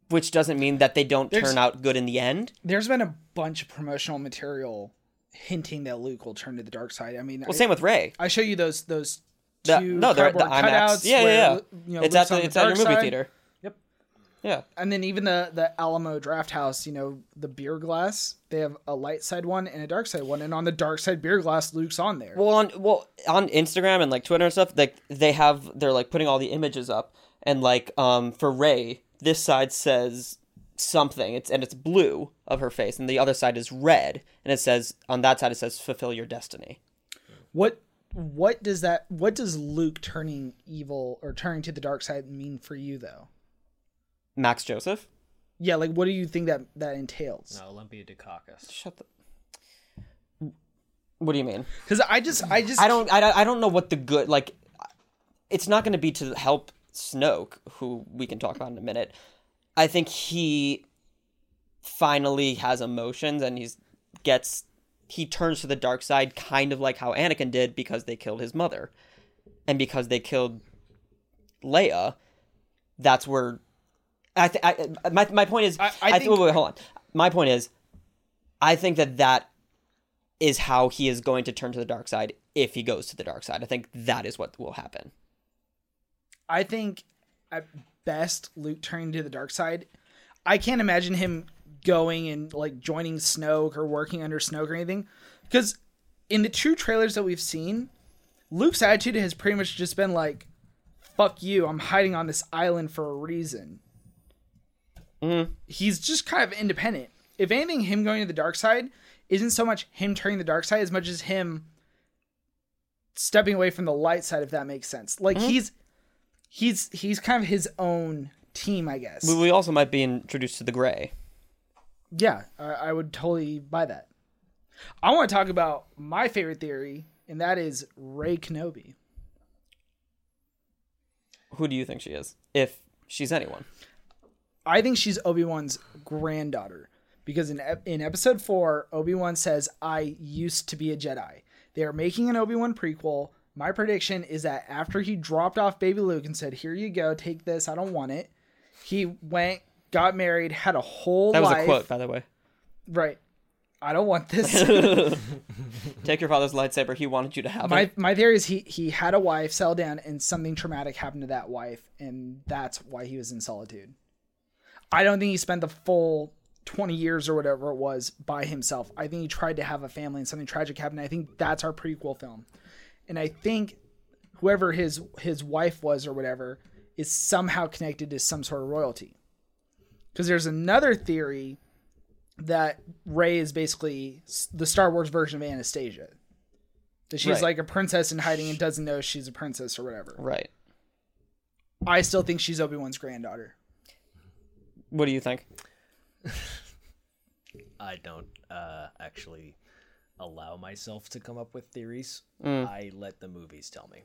S2: Which doesn't mean that they don't
S1: There's-
S2: turn out good in the end.
S1: There's been a bunch of promotional material hinting that Luke will turn to the dark side. I mean,
S2: Well,
S1: I,
S2: same with Ray.
S1: I show you those those
S2: The-
S1: two
S2: no, they're at the
S1: cardboard
S2: IMAX.
S1: cutouts
S2: Yeah,
S1: where,
S2: yeah, yeah.
S1: you know, Luke's
S2: it's at the,
S1: on
S2: it's at your
S1: dark
S2: movie
S1: side.
S2: theater.
S3: Yep.
S2: Yeah.
S1: And then even the the Alamo Draft House, you know, the beer glass. They have a light side one and a dark side one, and on the dark side beer glass, Luke's on there.
S2: Well, on well on Instagram and like Twitter and stuff, like they have they're like putting all the images up, and like um for Ray, this side says something. It's and it's blue of her face, and the other side is red, and it says on that side it says fulfill your destiny.
S1: what what does that? What does Luke turning evil or turning to the dark side mean for you though?
S2: Max Joseph,
S1: Yeah, like what do you think that that entails?
S3: No, Olympia Dukakis.
S2: shut the. What do you mean?
S1: Because I just I just
S2: I don't I, don't- I don't know what the good like it's not going to be to help Snoke who we can talk about in a minute. I think he finally has emotions and he's gets he turns to the dark side kind of like how Anakin did because they killed his mother and because they killed Leia that's where I, th- I my my point is
S1: I
S2: I, think
S1: think-
S2: wait, wait, hold on. My point is I think that that is how he is going to turn to the dark side if he goes to the dark side. I think that is what will happen.
S1: I think at best Luke turning to the dark side. I can't imagine him going and like joining Snoke or working under Snoke or anything. Because in the two trailers that we've seen, Luke's attitude has pretty much just been like, fuck you, I'm hiding on this island for a reason. He's just kind of independent. If anything, him going to the dark side isn't so much him turning the dark side as much as him stepping away from the light side, if that makes sense. Like he's he's he's kind of his own team, I guess.
S2: We- We also might be introduced to the gray.
S1: Yeah, I, I would totally buy that. I want to talk about my favorite theory, and that is Ray Kenobi.
S2: Who do you think she is? If she's anyone.
S1: I think she's Obi Wan's granddaughter because in ep- in Episode Four, Obi Wan says, "I used to be a Jedi." They are making an Obi Wan prequel. My prediction is that after he dropped off baby Luke and said, "Here you go, take this. I don't want it," he went, got married, had a whole
S2: That was
S1: life.
S2: a quote, by the way.
S1: Right. I don't want this.
S2: Take your father's lightsaber. He wanted you to have
S1: my
S2: it.
S1: my theory is he he had a wife, fell down, and something traumatic happened to that wife, and that's why he was in solitude. I don't think he spent the full twenty years or whatever it was by himself. I think he tried to have a family, and something tragic happened. I think that's our prequel film, and I think whoever his his wife was or whatever is somehow connected to some sort of royalty. Because there's another theory that Ray is basically s- the Star Wars version of Anastasia. That she's
S2: Right.
S1: like a princess in hiding and doesn't know she's a princess or whatever.
S2: Right.
S1: I still think she's Obi Wan's granddaughter.
S2: What do you think?
S4: I don't uh, actually allow myself to come up with theories. I let the movies tell me.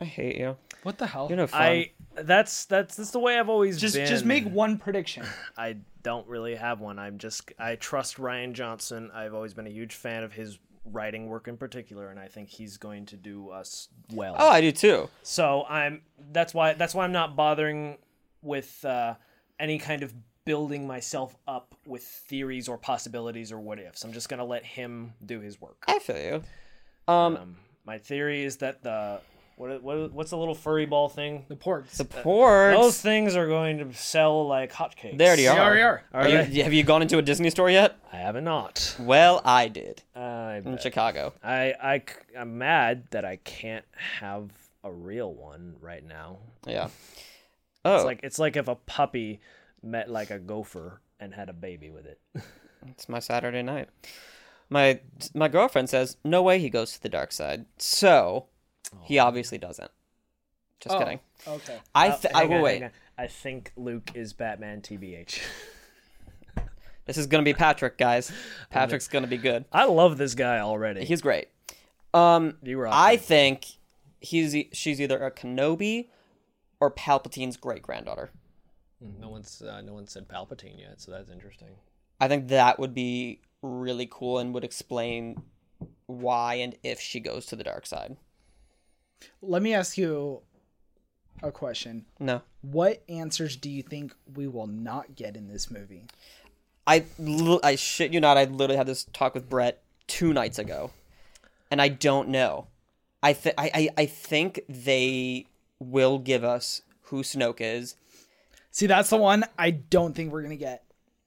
S2: I hate you.
S1: What the hell?
S2: You're no fun.
S4: I that's that's that's the way I've always
S1: just
S4: been.
S1: just make one prediction.
S4: I
S3: don't really have one. I'm just I trust Ryan Johnson. I've always been a huge fan of his writing work in particular, and I think he's going to do us well.
S2: oh, I do too.
S3: So I'm that's why that's why I'm not bothering with uh, any kind of building myself up with theories or possibilities or what ifs. I'm just gonna let him do his work.
S2: I feel you.
S3: Um, my theory is that the what, what what's the little furry ball thing?
S1: The porgs.
S2: The porgs.
S3: Those things are going to sell like hotcakes.
S2: They already
S1: They
S2: are.
S1: already are.
S2: Are you, have you gone into a Disney store yet?
S3: I have not.
S2: Well, I did
S3: I
S1: Uh,
S2: in Chicago.
S3: I, I am mad that I can't have a real one right now.
S2: Yeah. Oh,
S3: It's like it's like if a puppy met like a gopher and had a baby with it.
S2: It's my Saturday night. My my girlfriend says no way he goes to the dark side. So he obviously doesn't. Just
S1: Oh,
S2: kidding.
S1: Okay.
S2: I th- I
S3: Hang
S2: will
S3: on,
S2: wait.
S3: hang on. I think Luke is Batman TBH.
S2: This is gonna be Patrick, guys. Patrick's gonna be good.
S3: I love this guy already.
S2: He's great. Um,
S3: You were
S2: I think he's e- she's either a Kenobi or Palpatine's great granddaughter.
S4: no one's uh, no one said Palpatine yet, so that's interesting.
S2: I think that would be really cool and would explain why and if she goes to the dark side.
S1: Let me ask you a question.
S2: No.
S1: What answers do you think we will not get in this movie?
S2: I li- I shit you not. I literally had this talk with Brett two nights ago, and I don't know. I th- I, I I think they will give us who Snoke is.
S1: See, that's the one I don't think we're gonna get.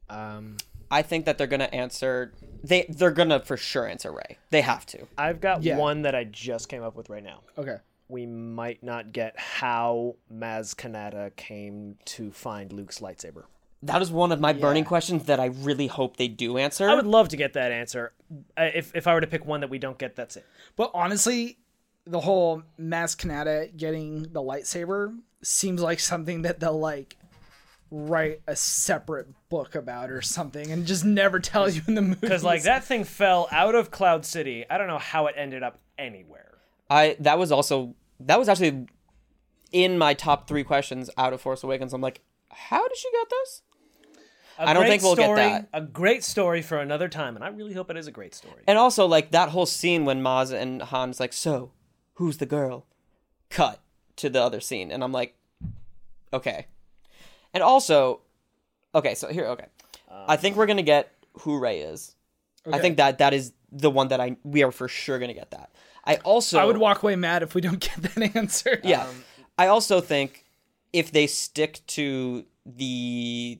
S3: Um,
S2: I think that they're gonna answer. They they're gonna for sure answer Ray. They have to.
S3: I've got
S1: Yeah.
S3: one that I just came up with right now.
S1: Okay.
S3: We might not get how Maz Kanata came to find Luke's lightsaber.
S2: That is one of my burning questions that I really hope they do answer.
S3: I would love to get that answer. Uh, If if I were to pick one that we don't get, that's it.
S1: But honestly, the whole Mass Kanata getting the lightsaber seems like something that they'll like write a separate book about or something and just never tell you in the movie.
S3: Because like that thing fell out of Cloud City. I don't know how it ended up anywhere.
S2: I that was also that was actually in my top three questions out of Force Awakens. I'm like, how did she get this?
S3: I
S2: I don't think we'll get
S3: story,
S2: that.
S3: A great story for another time, and I really hope it is a great story.
S2: And also, like that whole scene when Maz and Han's like, "So, who's the girl?" Cut to the other scene, and I'm like, "Okay." And also, okay, so here, okay, I think we're gonna get who Ray is. I think that that is the one that I we are for sure gonna get that. I also
S1: I would walk away mad if we don't get that answer.
S2: Yeah. I also think if they stick to the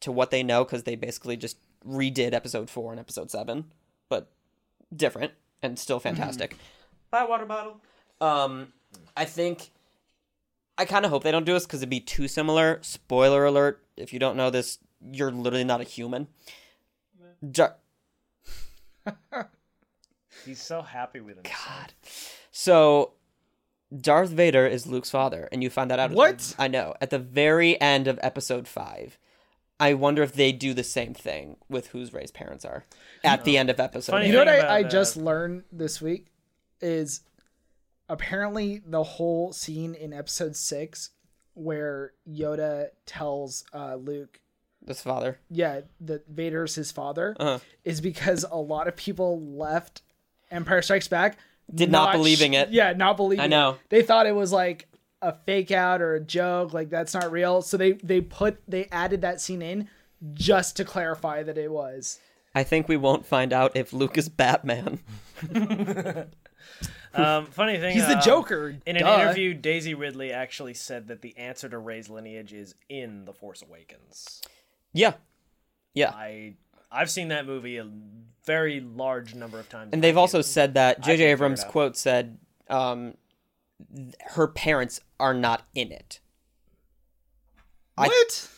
S2: to what they know cuz they basically just redid episode 4 and episode 7 but different and still fantastic. Bye water bottle. Um I think I kind of hope they don't do this cuz it'd be too similar. Spoiler alert, if you don't know this, you're literally not a human. Jar-
S3: He's so happy with himself.
S2: So Darth Vader is Luke's father, and you find that out. at
S1: What?
S2: the- I know. At the very end of episode five. I wonder if they do the same thing with whose Ray's parents are at the end of episode.
S4: Funny
S1: You
S2: eight.
S1: know what
S4: Think about
S1: I, I
S4: that.
S1: just learned this week is apparently the whole scene in episode six where Yoda tells uh, Luke,
S2: This father.
S1: yeah, that Vader's his father
S2: Uh-huh.
S1: is because a lot of people left Empire Strikes Back.
S2: Did not
S1: sh-
S2: believing it.
S1: Yeah, not believing
S2: I
S1: it.
S2: know.
S1: They thought it was like a fake out or a joke, like that's not real. So they they put they added that scene in just to clarify that it was.
S2: I think we won't find out if Luke is Batman.
S3: Um, funny thing.
S1: He's the
S3: um,
S1: Joker.
S3: In an
S1: duh.
S3: interview, Daisy Ridley actually said that the answer to Ray's lineage is in The Force Awakens.
S2: yeah,
S3: I I've seen that movie a very large number of times.
S2: and they've
S3: I
S2: also
S3: can't-
S2: said that
S3: can't
S2: J.J.
S3: figure it
S2: Abrams
S3: out.
S2: quote said, um, th- "Her parents are not in it."
S1: What?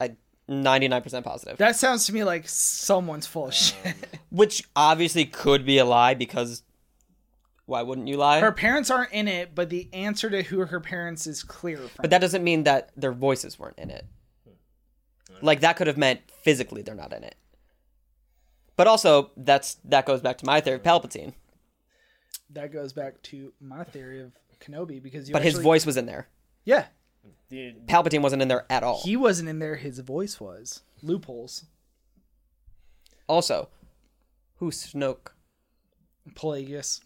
S2: I ninety nine percent positive.
S1: That sounds to me like someone's full of
S2: Oh,
S1: shit.
S2: which obviously could be a lie because why wouldn't you lie?
S1: Her parents aren't in it, but the answer to who her parents is clear. From.
S2: but that doesn't mean that their voices weren't in it. Like that could have meant physically they're not in it. But also that's that goes back to my theory of Palpatine.
S1: that goes back to my theory of Kenobi because you
S2: But his
S1: actually-
S2: voice was in there.
S1: yeah,
S3: The-
S2: Palpatine wasn't in there at all.
S1: he wasn't in there. His voice was loopholes.
S2: also, who's Snoke?
S1: Plagueis.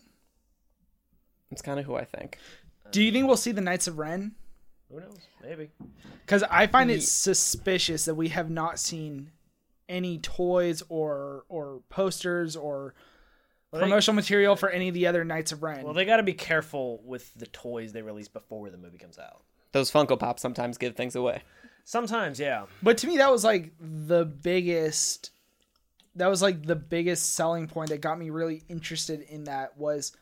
S2: That's kind of who I think.
S1: Do you think we'll see the Knights of Ren?
S3: Who knows? Maybe.
S1: Because I find it suspicious that we have not seen any toys or or posters or
S3: they-
S1: promotional material for any of the other Knights of Ren.
S3: Well, they got to be careful with the toys they release before the movie comes out.
S2: Those Funko Pops sometimes give things away.
S3: Sometimes, yeah.
S1: but to me, that was like the biggest. That was like the biggest selling point that got me really interested in that was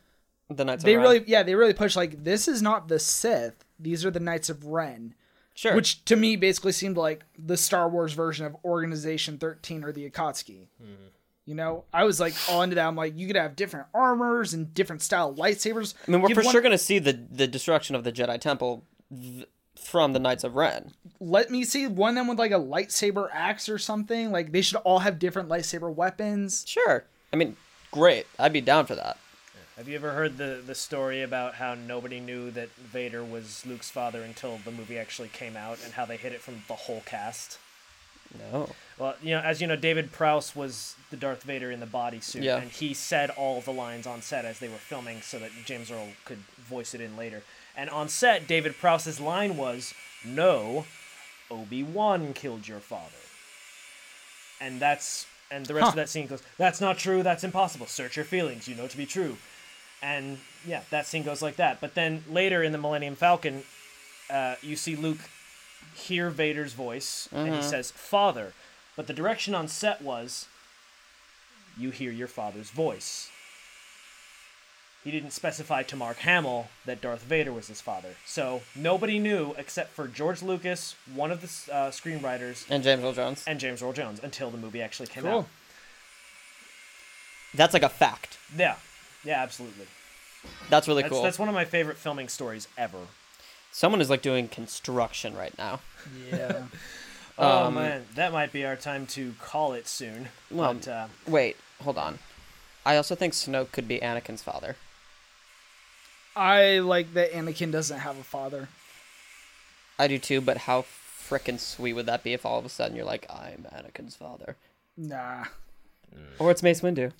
S2: The Knights
S1: they
S2: of Ren.
S1: really yeah they really pushed like this is not the Sith these are the Knights of Ren
S2: sure.
S1: which to me basically seemed like the Star Wars version of Organization 13 or the Akatsuki.
S2: Hmm.
S1: You know, I was like all into that. I'm like, you could have different armors and different style lightsabers.
S2: I mean, we're
S1: Give
S2: for
S1: one-
S2: sure going to see the the destruction of the Jedi Temple th- from the Knights of Ren.
S1: Let me see one of them with like a lightsaber axe or something. Like they should all have different lightsaber weapons.
S2: Sure. I mean, great. I'd be down for that.
S3: Have you ever heard the the story about how nobody knew that Vader was Luke's father until the movie actually came out, and how they hid it from the whole cast?
S2: No.
S3: Well, you know, as you know, David Prowse was the Darth Vader in the bodysuit,
S2: Yeah.
S3: and he said all the lines on set as they were filming, so that James Earl could voice it in later. And on set, David Prowse's line was, "No, Obi Wan killed your father," and that's and the rest of that scene goes, "That's not true. That's impossible. Search your feelings. You know to be true." And yeah, that scene goes like that. But then later in the Millennium Falcon, uh, you see Luke hear Vader's voice, and he says, Father. But the direction on set was, You hear your father's voice. He didn't specify to Mark Hamill that Darth Vader was his father. So nobody knew except for George Lucas, one of the s- uh, screenwriters,
S2: And James Earl Jones.
S3: and James Earl Jones until the movie actually came out.
S1: Cool.
S2: That's like a fact.
S3: Yeah. Yeah, absolutely.
S2: That's really
S3: That's,
S2: cool.
S3: that's one of my favorite filming stories ever.
S2: Someone is like doing construction right now.
S1: Yeah.
S3: Oh, man. That might be our time to call it soon.
S2: Well,
S3: but, uh,
S2: Wait, hold on. I also think Snoke could be Anakin's father.
S1: I like that Anakin doesn't have a father.
S2: I do too, but how frickin' sweet would that be if all of a sudden you're like, I'm Anakin's father?
S1: Nah.
S2: Or it's Mace Windu.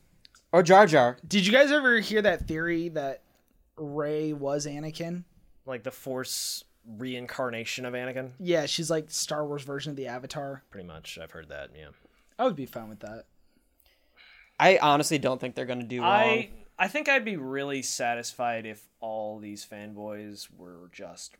S2: Or Jar Jar.
S1: Did you guys ever hear that theory that Ray was Anakin?
S3: like the Force reincarnation of Anakin.
S1: Yeah, she's like Star Wars version of the Avatar.
S3: Pretty much, I've heard that. Yeah.
S1: I would be fine with that.
S2: I honestly don't think they're gonna do wrong.
S3: I I think I'd be really satisfied if all these fanboys were just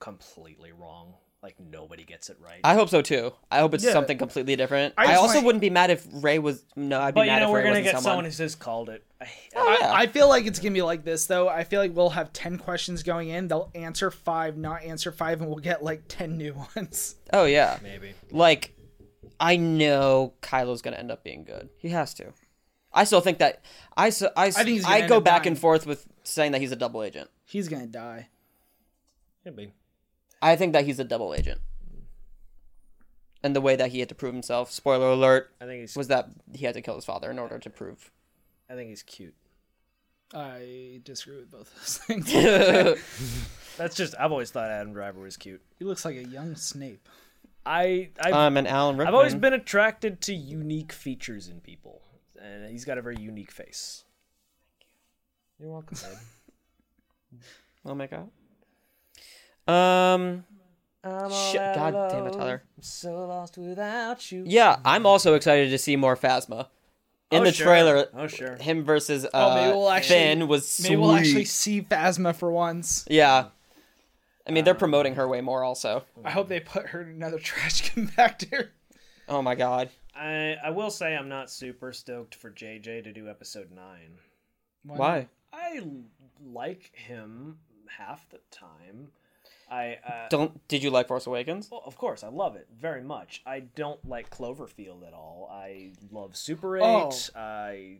S3: completely wrong. Like nobody gets it right.
S2: I hope so too. I hope it's something completely different. I,
S1: just
S2: also
S1: like-
S2: wouldn't be mad if Ray was no. I'd be
S3: but you
S2: mad
S3: know
S2: if
S3: we're
S2: Ray
S3: gonna
S2: wasn't
S3: get someone. Oh.
S2: someone.
S3: who says called it. I,
S2: Oh, yeah.
S1: I feel like it's gonna be like this though. I feel like we'll have ten questions going in. They'll answer five, not answer five, and we'll get like ten new ones.
S2: oh yeah,
S3: maybe.
S2: like I know Kylo's gonna end up being good. He has to. I still think that I so, I s-
S1: I think he's gonna
S2: I
S1: end
S2: go
S1: up
S2: back
S1: dying.
S2: and forth with saying that he's a double agent.
S1: He's gonna die.
S3: Maybe.
S2: I think that he's a double agent. And the way that he had to prove himself, spoiler alert,
S3: I think he's
S2: was that he had to kill his father in order to prove.
S3: I think he's cute.
S1: I disagree with both those things.
S2: I
S3: That's just I've always thought Adam Driver was cute.
S1: he looks like a young Snape.
S3: I I've,
S2: am an Alan Rickman.
S3: I've always been attracted to unique features in people, and he's got a very unique face.
S2: You're welcome, babe. oh my god. Um. Shit, God damn it, Tyler.
S4: so lost without you.
S2: Yeah, I'm also excited to see more Phasma. In
S3: Oh,
S2: the
S3: sure.
S2: trailer,
S3: Oh, sure.
S2: him versus uh,
S1: Oh, maybe we'll actually-
S2: Finn was sweet.
S1: Maybe we'll actually see Phasma for once.
S2: yeah. I mean, they're
S1: Um,
S2: promoting her way more, also.
S1: I hope they put her in another trash compactor.
S2: Oh my god.
S3: I I will say I'm not super stoked for JJ to do episode nine.
S2: Why?
S3: I l- like him half the time. I uh,
S2: Don't did you like Force Awakens?
S3: well, of course I love it very much. I don't like Cloverfield at all. I love Super Eight.
S1: Oh.
S3: I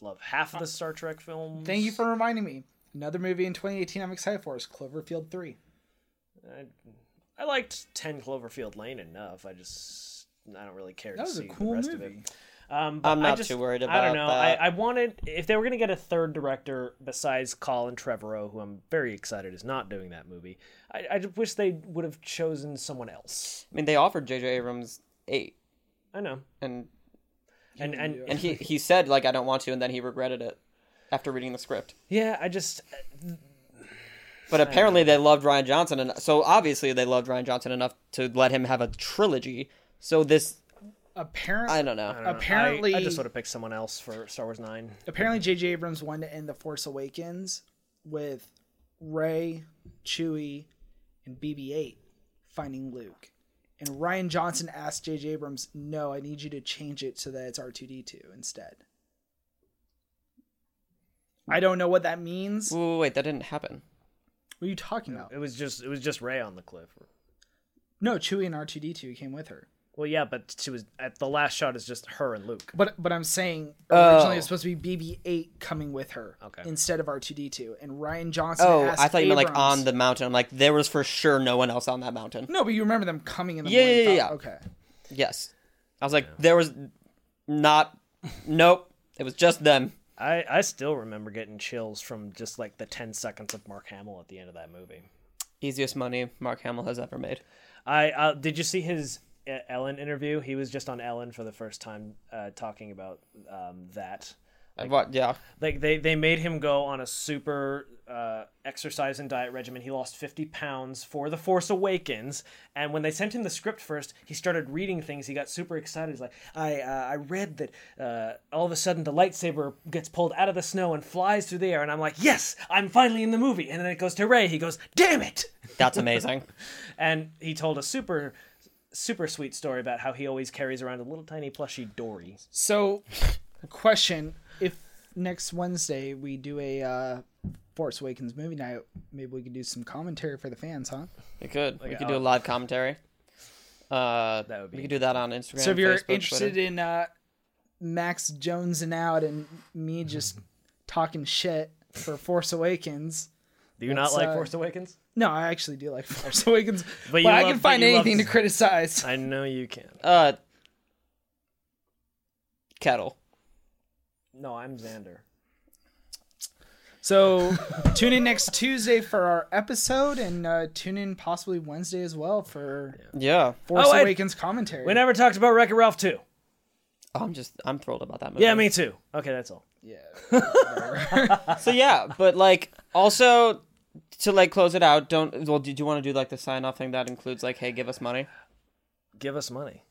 S3: love half of the Star Trek films.
S1: Thank you for reminding me. Another movie in 2018 I'm excited for is Cloverfield 3.
S3: I, I liked Ten Cloverfield Lane enough. I just I don't really care
S1: That
S3: to
S1: was a
S3: see
S1: cool
S3: the rest of
S1: movie.
S3: it. Um, but
S2: I'm
S3: I
S2: not
S3: just-
S2: too worried
S3: I don't
S2: about
S3: know.
S2: that.
S3: I, I wanted if they were going to get a third director besides Colin Trevorrow, who I'm very excited is not doing that movie. I, I just wish they would have chosen someone else.
S2: I mean, they offered J.J. Abrams eight,
S3: I know,
S2: and
S3: and and
S2: and he he said like I don't want to, and then he regretted it after reading the script.
S3: yeah, I just
S2: But apparently they loved Ryan Johnson, and so obviously they loved Ryan Johnson enough to let him have a trilogy. So this,
S1: Apparently,
S2: I don't know.
S3: I don't know. I-
S1: Apparently-
S3: I, just would have picked someone else for Star Wars Nine.
S1: apparently J.J. Abrams wanted to end The Force Awakens with Ray, Chewie, and BB-8 finding Luke. And Ryan Johnson asked J.J. Abrams, "No, I need you to change it so that it's R2D2 instead." I don't know what that means. What
S2: Wait, wait, wait, that didn't happen.
S1: are you talking about?
S3: It was just it was just Ray on the cliff.
S1: No, Chewie and R2D2 came with her.
S3: Well, yeah, but she was at the last shot is just her and Luke.
S1: But but I'm saying originally
S2: Oh.
S1: it was supposed to be BB-8 coming with her
S3: Okay.
S1: instead of R2D2, and Ryan Johnson.
S2: Oh,
S1: asked
S2: I thought you meant like
S1: Abrams-
S2: on the mountain. I'm like, there was for sure no one else on that mountain.
S1: No, but you remember them coming in the
S2: Yeah,
S1: morning.
S2: yeah, yeah,
S1: thought-
S2: yeah.
S1: Okay.
S2: Yes, I was like, there was not. Nope, it was just them.
S3: I, I still remember getting chills from just like the 10 seconds of Mark Hamill at the end of that movie.
S2: Easiest money Mark Hamill has ever made.
S3: I uh, did you see his uh, Ellen interview? He was just on Ellen for the first time uh, talking about um, that.
S2: I bought- yeah,
S3: Like they, they made him go on a super uh, exercise and diet regimen. He lost 50 pounds for The Force Awakens. And when they sent him the script first, he started reading things. He got super excited. He's like, I, uh, I read that uh, all of a sudden the lightsaber gets pulled out of the snow and flies through the air. And I'm like, yes, I'm finally in the movie. And then it goes to Ray. He goes, damn it
S2: that's amazing.
S3: and he told a super super sweet story about how he always carries around a little tiny plushy dory
S1: So, question: If next Wednesday we do a uh, Force Awakens movie night, maybe we could do some commentary for the fans, huh?
S2: We could. we could do a live commentary. Uh, that
S3: would
S2: we could do that on Instagram.
S1: So, if you're
S2: Facebook,
S1: interested
S2: Twitter.
S1: in uh, Max Jones and out and me just talking shit for Force Awakens,
S3: do you
S1: That's,
S3: not like
S1: uh,
S3: force awakens
S1: no, I actually do like Force Awakens, but,
S3: But you
S1: I
S3: love-
S1: can
S3: but
S1: find
S3: you love-
S1: anything to criticize.
S3: i know you can
S2: uh, kettle.
S3: no i'm xander
S1: So tune in next Tuesday for our episode, and uh, tune in possibly Wednesday as well for
S2: Yeah,
S1: Force
S3: Oh, and-
S1: Awakens commentary.
S3: we never talked about wreck ralph 2
S2: I'm just I'm thrilled about that movie.
S3: yeah me too okay that's all
S1: yeah.
S2: So yeah, but like also to like close it out. Don't well. Do you want to do like the sign off thing that includes like, hey, give us money?
S3: give us money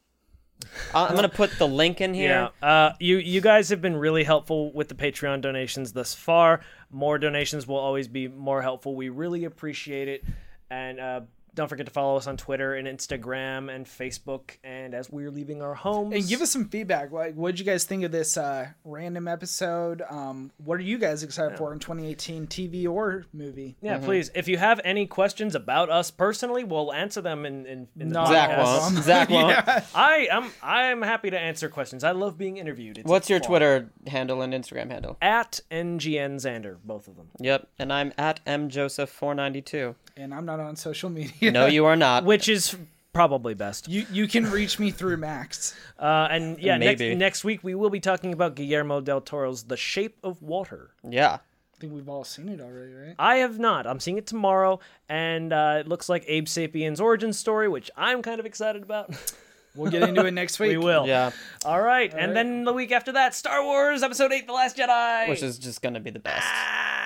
S2: I- Uh, I'm gonna put the link in here.
S3: Yeah. Uh, you you guys have been really helpful with the Patreon donations thus far. More donations will always be more helpful. We really appreciate it. And uh, don't forget to follow us on Twitter and Instagram and Facebook. And as we're leaving our homes,
S1: And give us some feedback. Like, what did you guys think of this uh, random episode? Um, what are you guys excited for in 2018, TV or movie?
S3: yeah, please. If you have any questions about us personally, we'll answer them in in, in the
S1: No.
S2: Zach
S3: podcast.
S1: Yes.
S2: won't. Zach won't.
S3: I am I am happy to answer questions. I love being interviewed. It's
S2: What's your
S3: fun.
S2: Twitter handle and Instagram handle?
S3: At ngn Xander, both of them.
S2: Yep, and I'm at mjoseph492.
S1: And I'm not on social media.
S2: No, you are not.
S3: Which is probably best.
S1: You you can reach me through Max.
S3: Uh, and yeah, next,
S2: Maybe.
S3: next week we will be talking about Guillermo del Toro's The Shape of Water.
S2: Yeah.
S1: I think we've all seen it already, right?
S3: I have not. I'm seeing it tomorrow, and uh, it looks like Abe Sapien's origin story, which I'm kind of excited about.
S1: We'll get into it next week.
S3: we will.
S2: Yeah.
S3: All right, and then the week after that, Star Wars Episode 8 The Last Jedi.
S2: Which is just gonna be the best.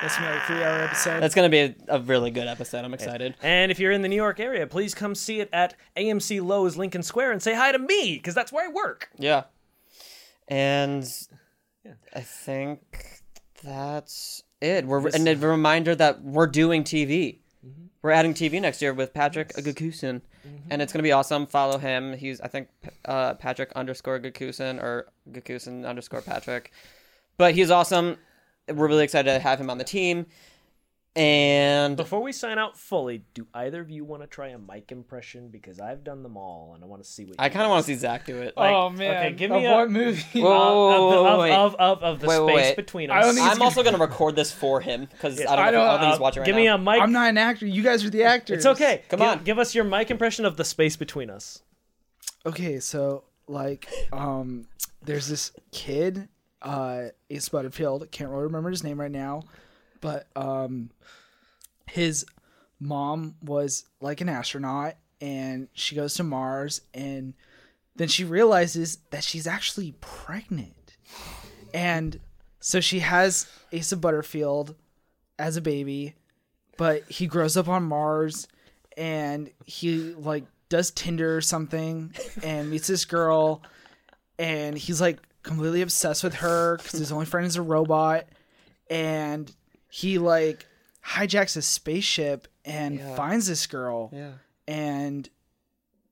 S1: That's my three hour episode.
S2: That's gonna be a, a really good episode. I'm excited.
S3: and if you're in the New York area, please come see it at AMC Lowe's Lincoln Square and say hi to me, because that's where I work.
S2: Yeah. And I think that's it. We're and a reminder that we're doing TV. We're adding TV next year with Patrick Gakusin, and it's gonna be awesome. Follow him. He's I think uh, Patrick underscore Gakusin or Gakusin underscore Patrick, but he's awesome. We're really excited to have him on the team. And
S3: Before we sign out fully, do either of you want to try a mic impression? Because I've done them all, and I want to see what
S2: I kind of
S3: of
S2: want to see Zach do it.
S1: oh man!
S3: okay, give me
S1: of
S3: a-
S1: what movie?
S2: Whoa, whoa,
S3: of,
S2: whoa, whoa,
S3: the, of,
S2: Oh, wait.
S3: of, of, of the
S2: Wait, wait,
S3: space
S2: wait.
S3: between
S1: I
S3: us.
S1: don't think he's
S2: I'm also gonna record this for him because I don't
S1: I
S2: know. if- I
S1: don't-
S2: don't think he's
S1: uh,
S2: watching right
S3: Give
S2: now.
S3: me a mic.
S1: I'm not an actor. You guys are the actors.
S3: It's okay.
S2: Come
S3: Give-
S2: on.
S3: Give us your mic impression of the space between us.
S1: Okay, so like, um, there's this kid, uh, Ace Butterfield. Can't really remember his name right now, but um, his mom was like an astronaut, and she goes to Mars, and then she realizes that she's actually pregnant, and so she has Asa Butterfield as a baby, but he grows up on Mars and he like does Tinder or something and meets this girl and he's like completely obsessed with her cuz his only friend is a robot and he like hijacks a spaceship and finds this girl
S2: Yeah.
S1: and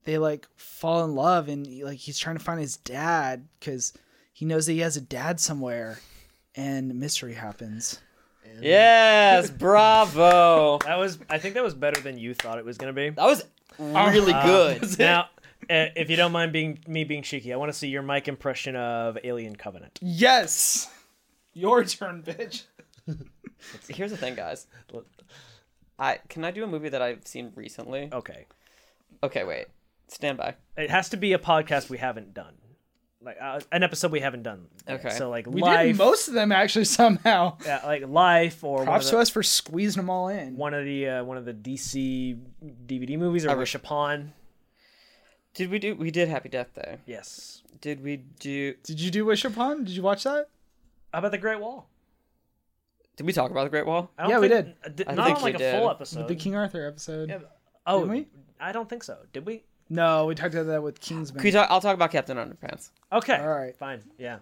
S1: they like fall in love and like he's trying to find his dad cuz he knows that he has a dad somewhere and mystery happens.
S2: Yes, bravo.
S3: That was. I think that was better than you thought it was going to be.
S2: That was really good.
S3: Now, uh, if you don't mind being me being cheeky, I want to see your mic impression of Alien Covenant.
S1: Yes. Your turn, bitch.
S2: Here's the thing, guys. I can I do a movie that I've seen recently?
S3: Okay,
S2: Okay, wait. Stand by.
S3: it has to be a podcast we haven't done, like uh, an episode we haven't done. yet.
S2: Okay.
S3: so like
S1: We
S3: life,
S1: did most of them actually somehow.
S3: yeah, like life or one of
S1: Props
S3: the,
S1: to us for squeezing them all in.
S3: one of the uh, one of the DC DVD movies or
S2: I re-
S3: Wish Upon.
S2: Did we do? We did Happy Death Day.
S3: Yes.
S2: Did we do?
S1: Did you do Wish Upon? Did you watch that?
S3: How about the Great Wall?
S2: Did we talk about the Great Wall?
S3: I don't
S1: Yeah, we
S3: think- uh,
S2: I
S3: not
S2: think
S3: on like a
S2: we
S3: full
S2: did.
S3: episode.
S1: The King Arthur episode.
S3: oh,
S1: didn't we?
S3: I don't think so. Did we?
S1: No, we talked about that with Kingsman.
S2: Can we talk, I'll talk about Captain Underpants,
S3: Okay.
S1: All right.
S3: Fine. Yeah.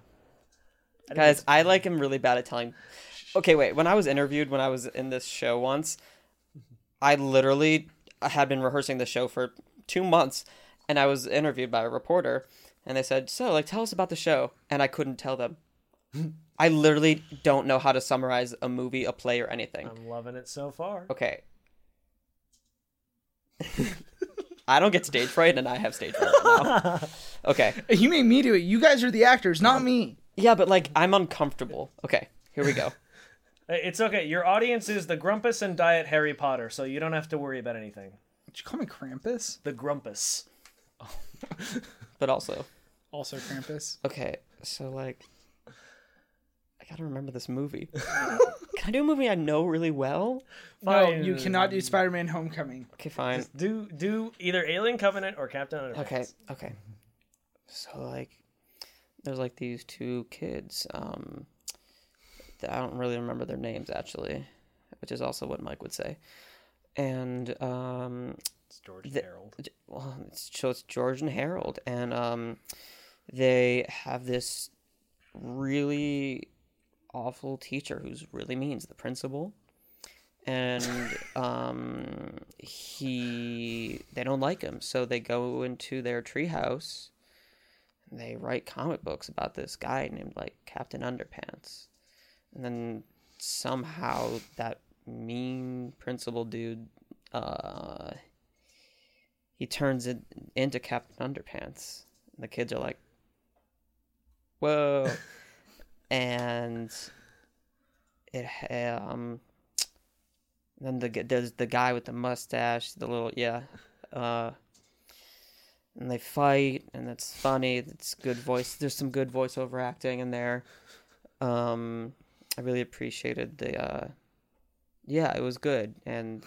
S3: I think
S2: guys. I like am really bad at telling. Okay, wait. When I was interviewed, when I was in this show once, I literally had been rehearsing the show for two months, and I was interviewed by a reporter, and they said, "So, like, tell us about the show," and I couldn't tell them. I literally don't know how to summarize a movie, a play, or anything.
S3: I'm loving it so far.
S2: Okay. I don't get stage fright, and I have stage fright right now. Okay.
S1: You made me do it. You guys are the actors, not me.
S2: Yeah, but like I'm uncomfortable. Okay, here we go.
S3: Hey, Uh, It's okay. Your audience is the Grumpus and Diet Harry Potter, so you don't have to worry about anything.
S1: Did you call me Krampus?
S3: The Grumpus.
S2: But also,
S1: Also Krampus.
S2: okay, so like I gotta remember this movie. Can I do a movie I know really well?
S1: No,
S3: Fine.
S1: you cannot do Spider-Man: Homecoming.
S2: Okay, fine.
S3: Do do either Alien Covenant or Captain Underpants.
S2: Okay, okay. So like, there's like these two kids. Um, that I don't really remember their names actually, which is also what Mike would say. And um,
S8: It's George
S2: The-
S8: Harold.
S2: well, it's, so it's George and Harold, and um, they have this really awful teacher who's really mean, is the principal, and um, he they don't like him, so they go into their treehouse. and They write comic books about this guy named like Captain Underpants, and then somehow that mean principal dude uh he turns it into Captain Underpants. And the kids are like, "Whoa!" and it ha- um. Then the g- there's the guy with the mustache, the little yeah, uh, and they fight, and that's funny. That's good voice. There's some good voiceover acting in there. Um, I really appreciated the. uh Yeah, it was good, and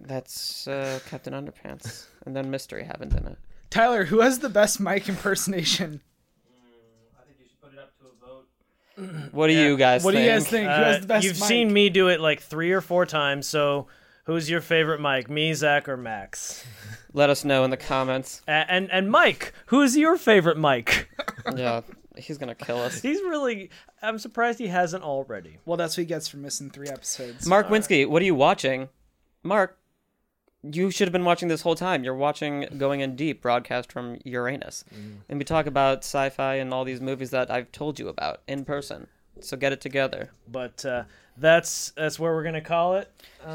S2: that's uh, Captain Underpants, and then mystery happens in it.
S1: Tyler, who has the best Mike impersonation?
S9: I think you should put it up to a vote.
S2: What do you guys?
S1: What do
S2: think?
S1: you guys think? who has
S3: Uh,
S1: the best
S3: you've
S1: Mike?
S3: seen me do it like three or four times, so who's your favorite Mike? Me, Zach, or Max?
S2: Let us know in the comments.
S3: A- and and Mike, who's your favorite Mike?
S2: Yeah, he's gonna kill us.
S3: He's really. I'm surprised he hasn't already.
S1: Well, that's what he gets for missing three episodes.
S2: Mark Winsky, what are you watching? Mark, you should have been watching this whole time. You're watching Going in Deep, broadcast from Uranus, and we talk about sci-fi and all these movies that I've told you about in person. So get it together.
S3: But uh, that's that's where we're gonna call it.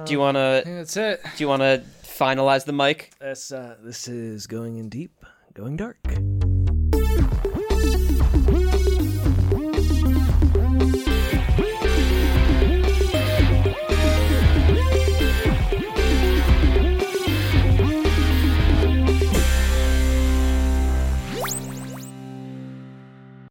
S2: do you wanna?
S1: And that's it.
S2: Do you wanna finalize the mic?
S3: That's uh, this is going in deep, going dark.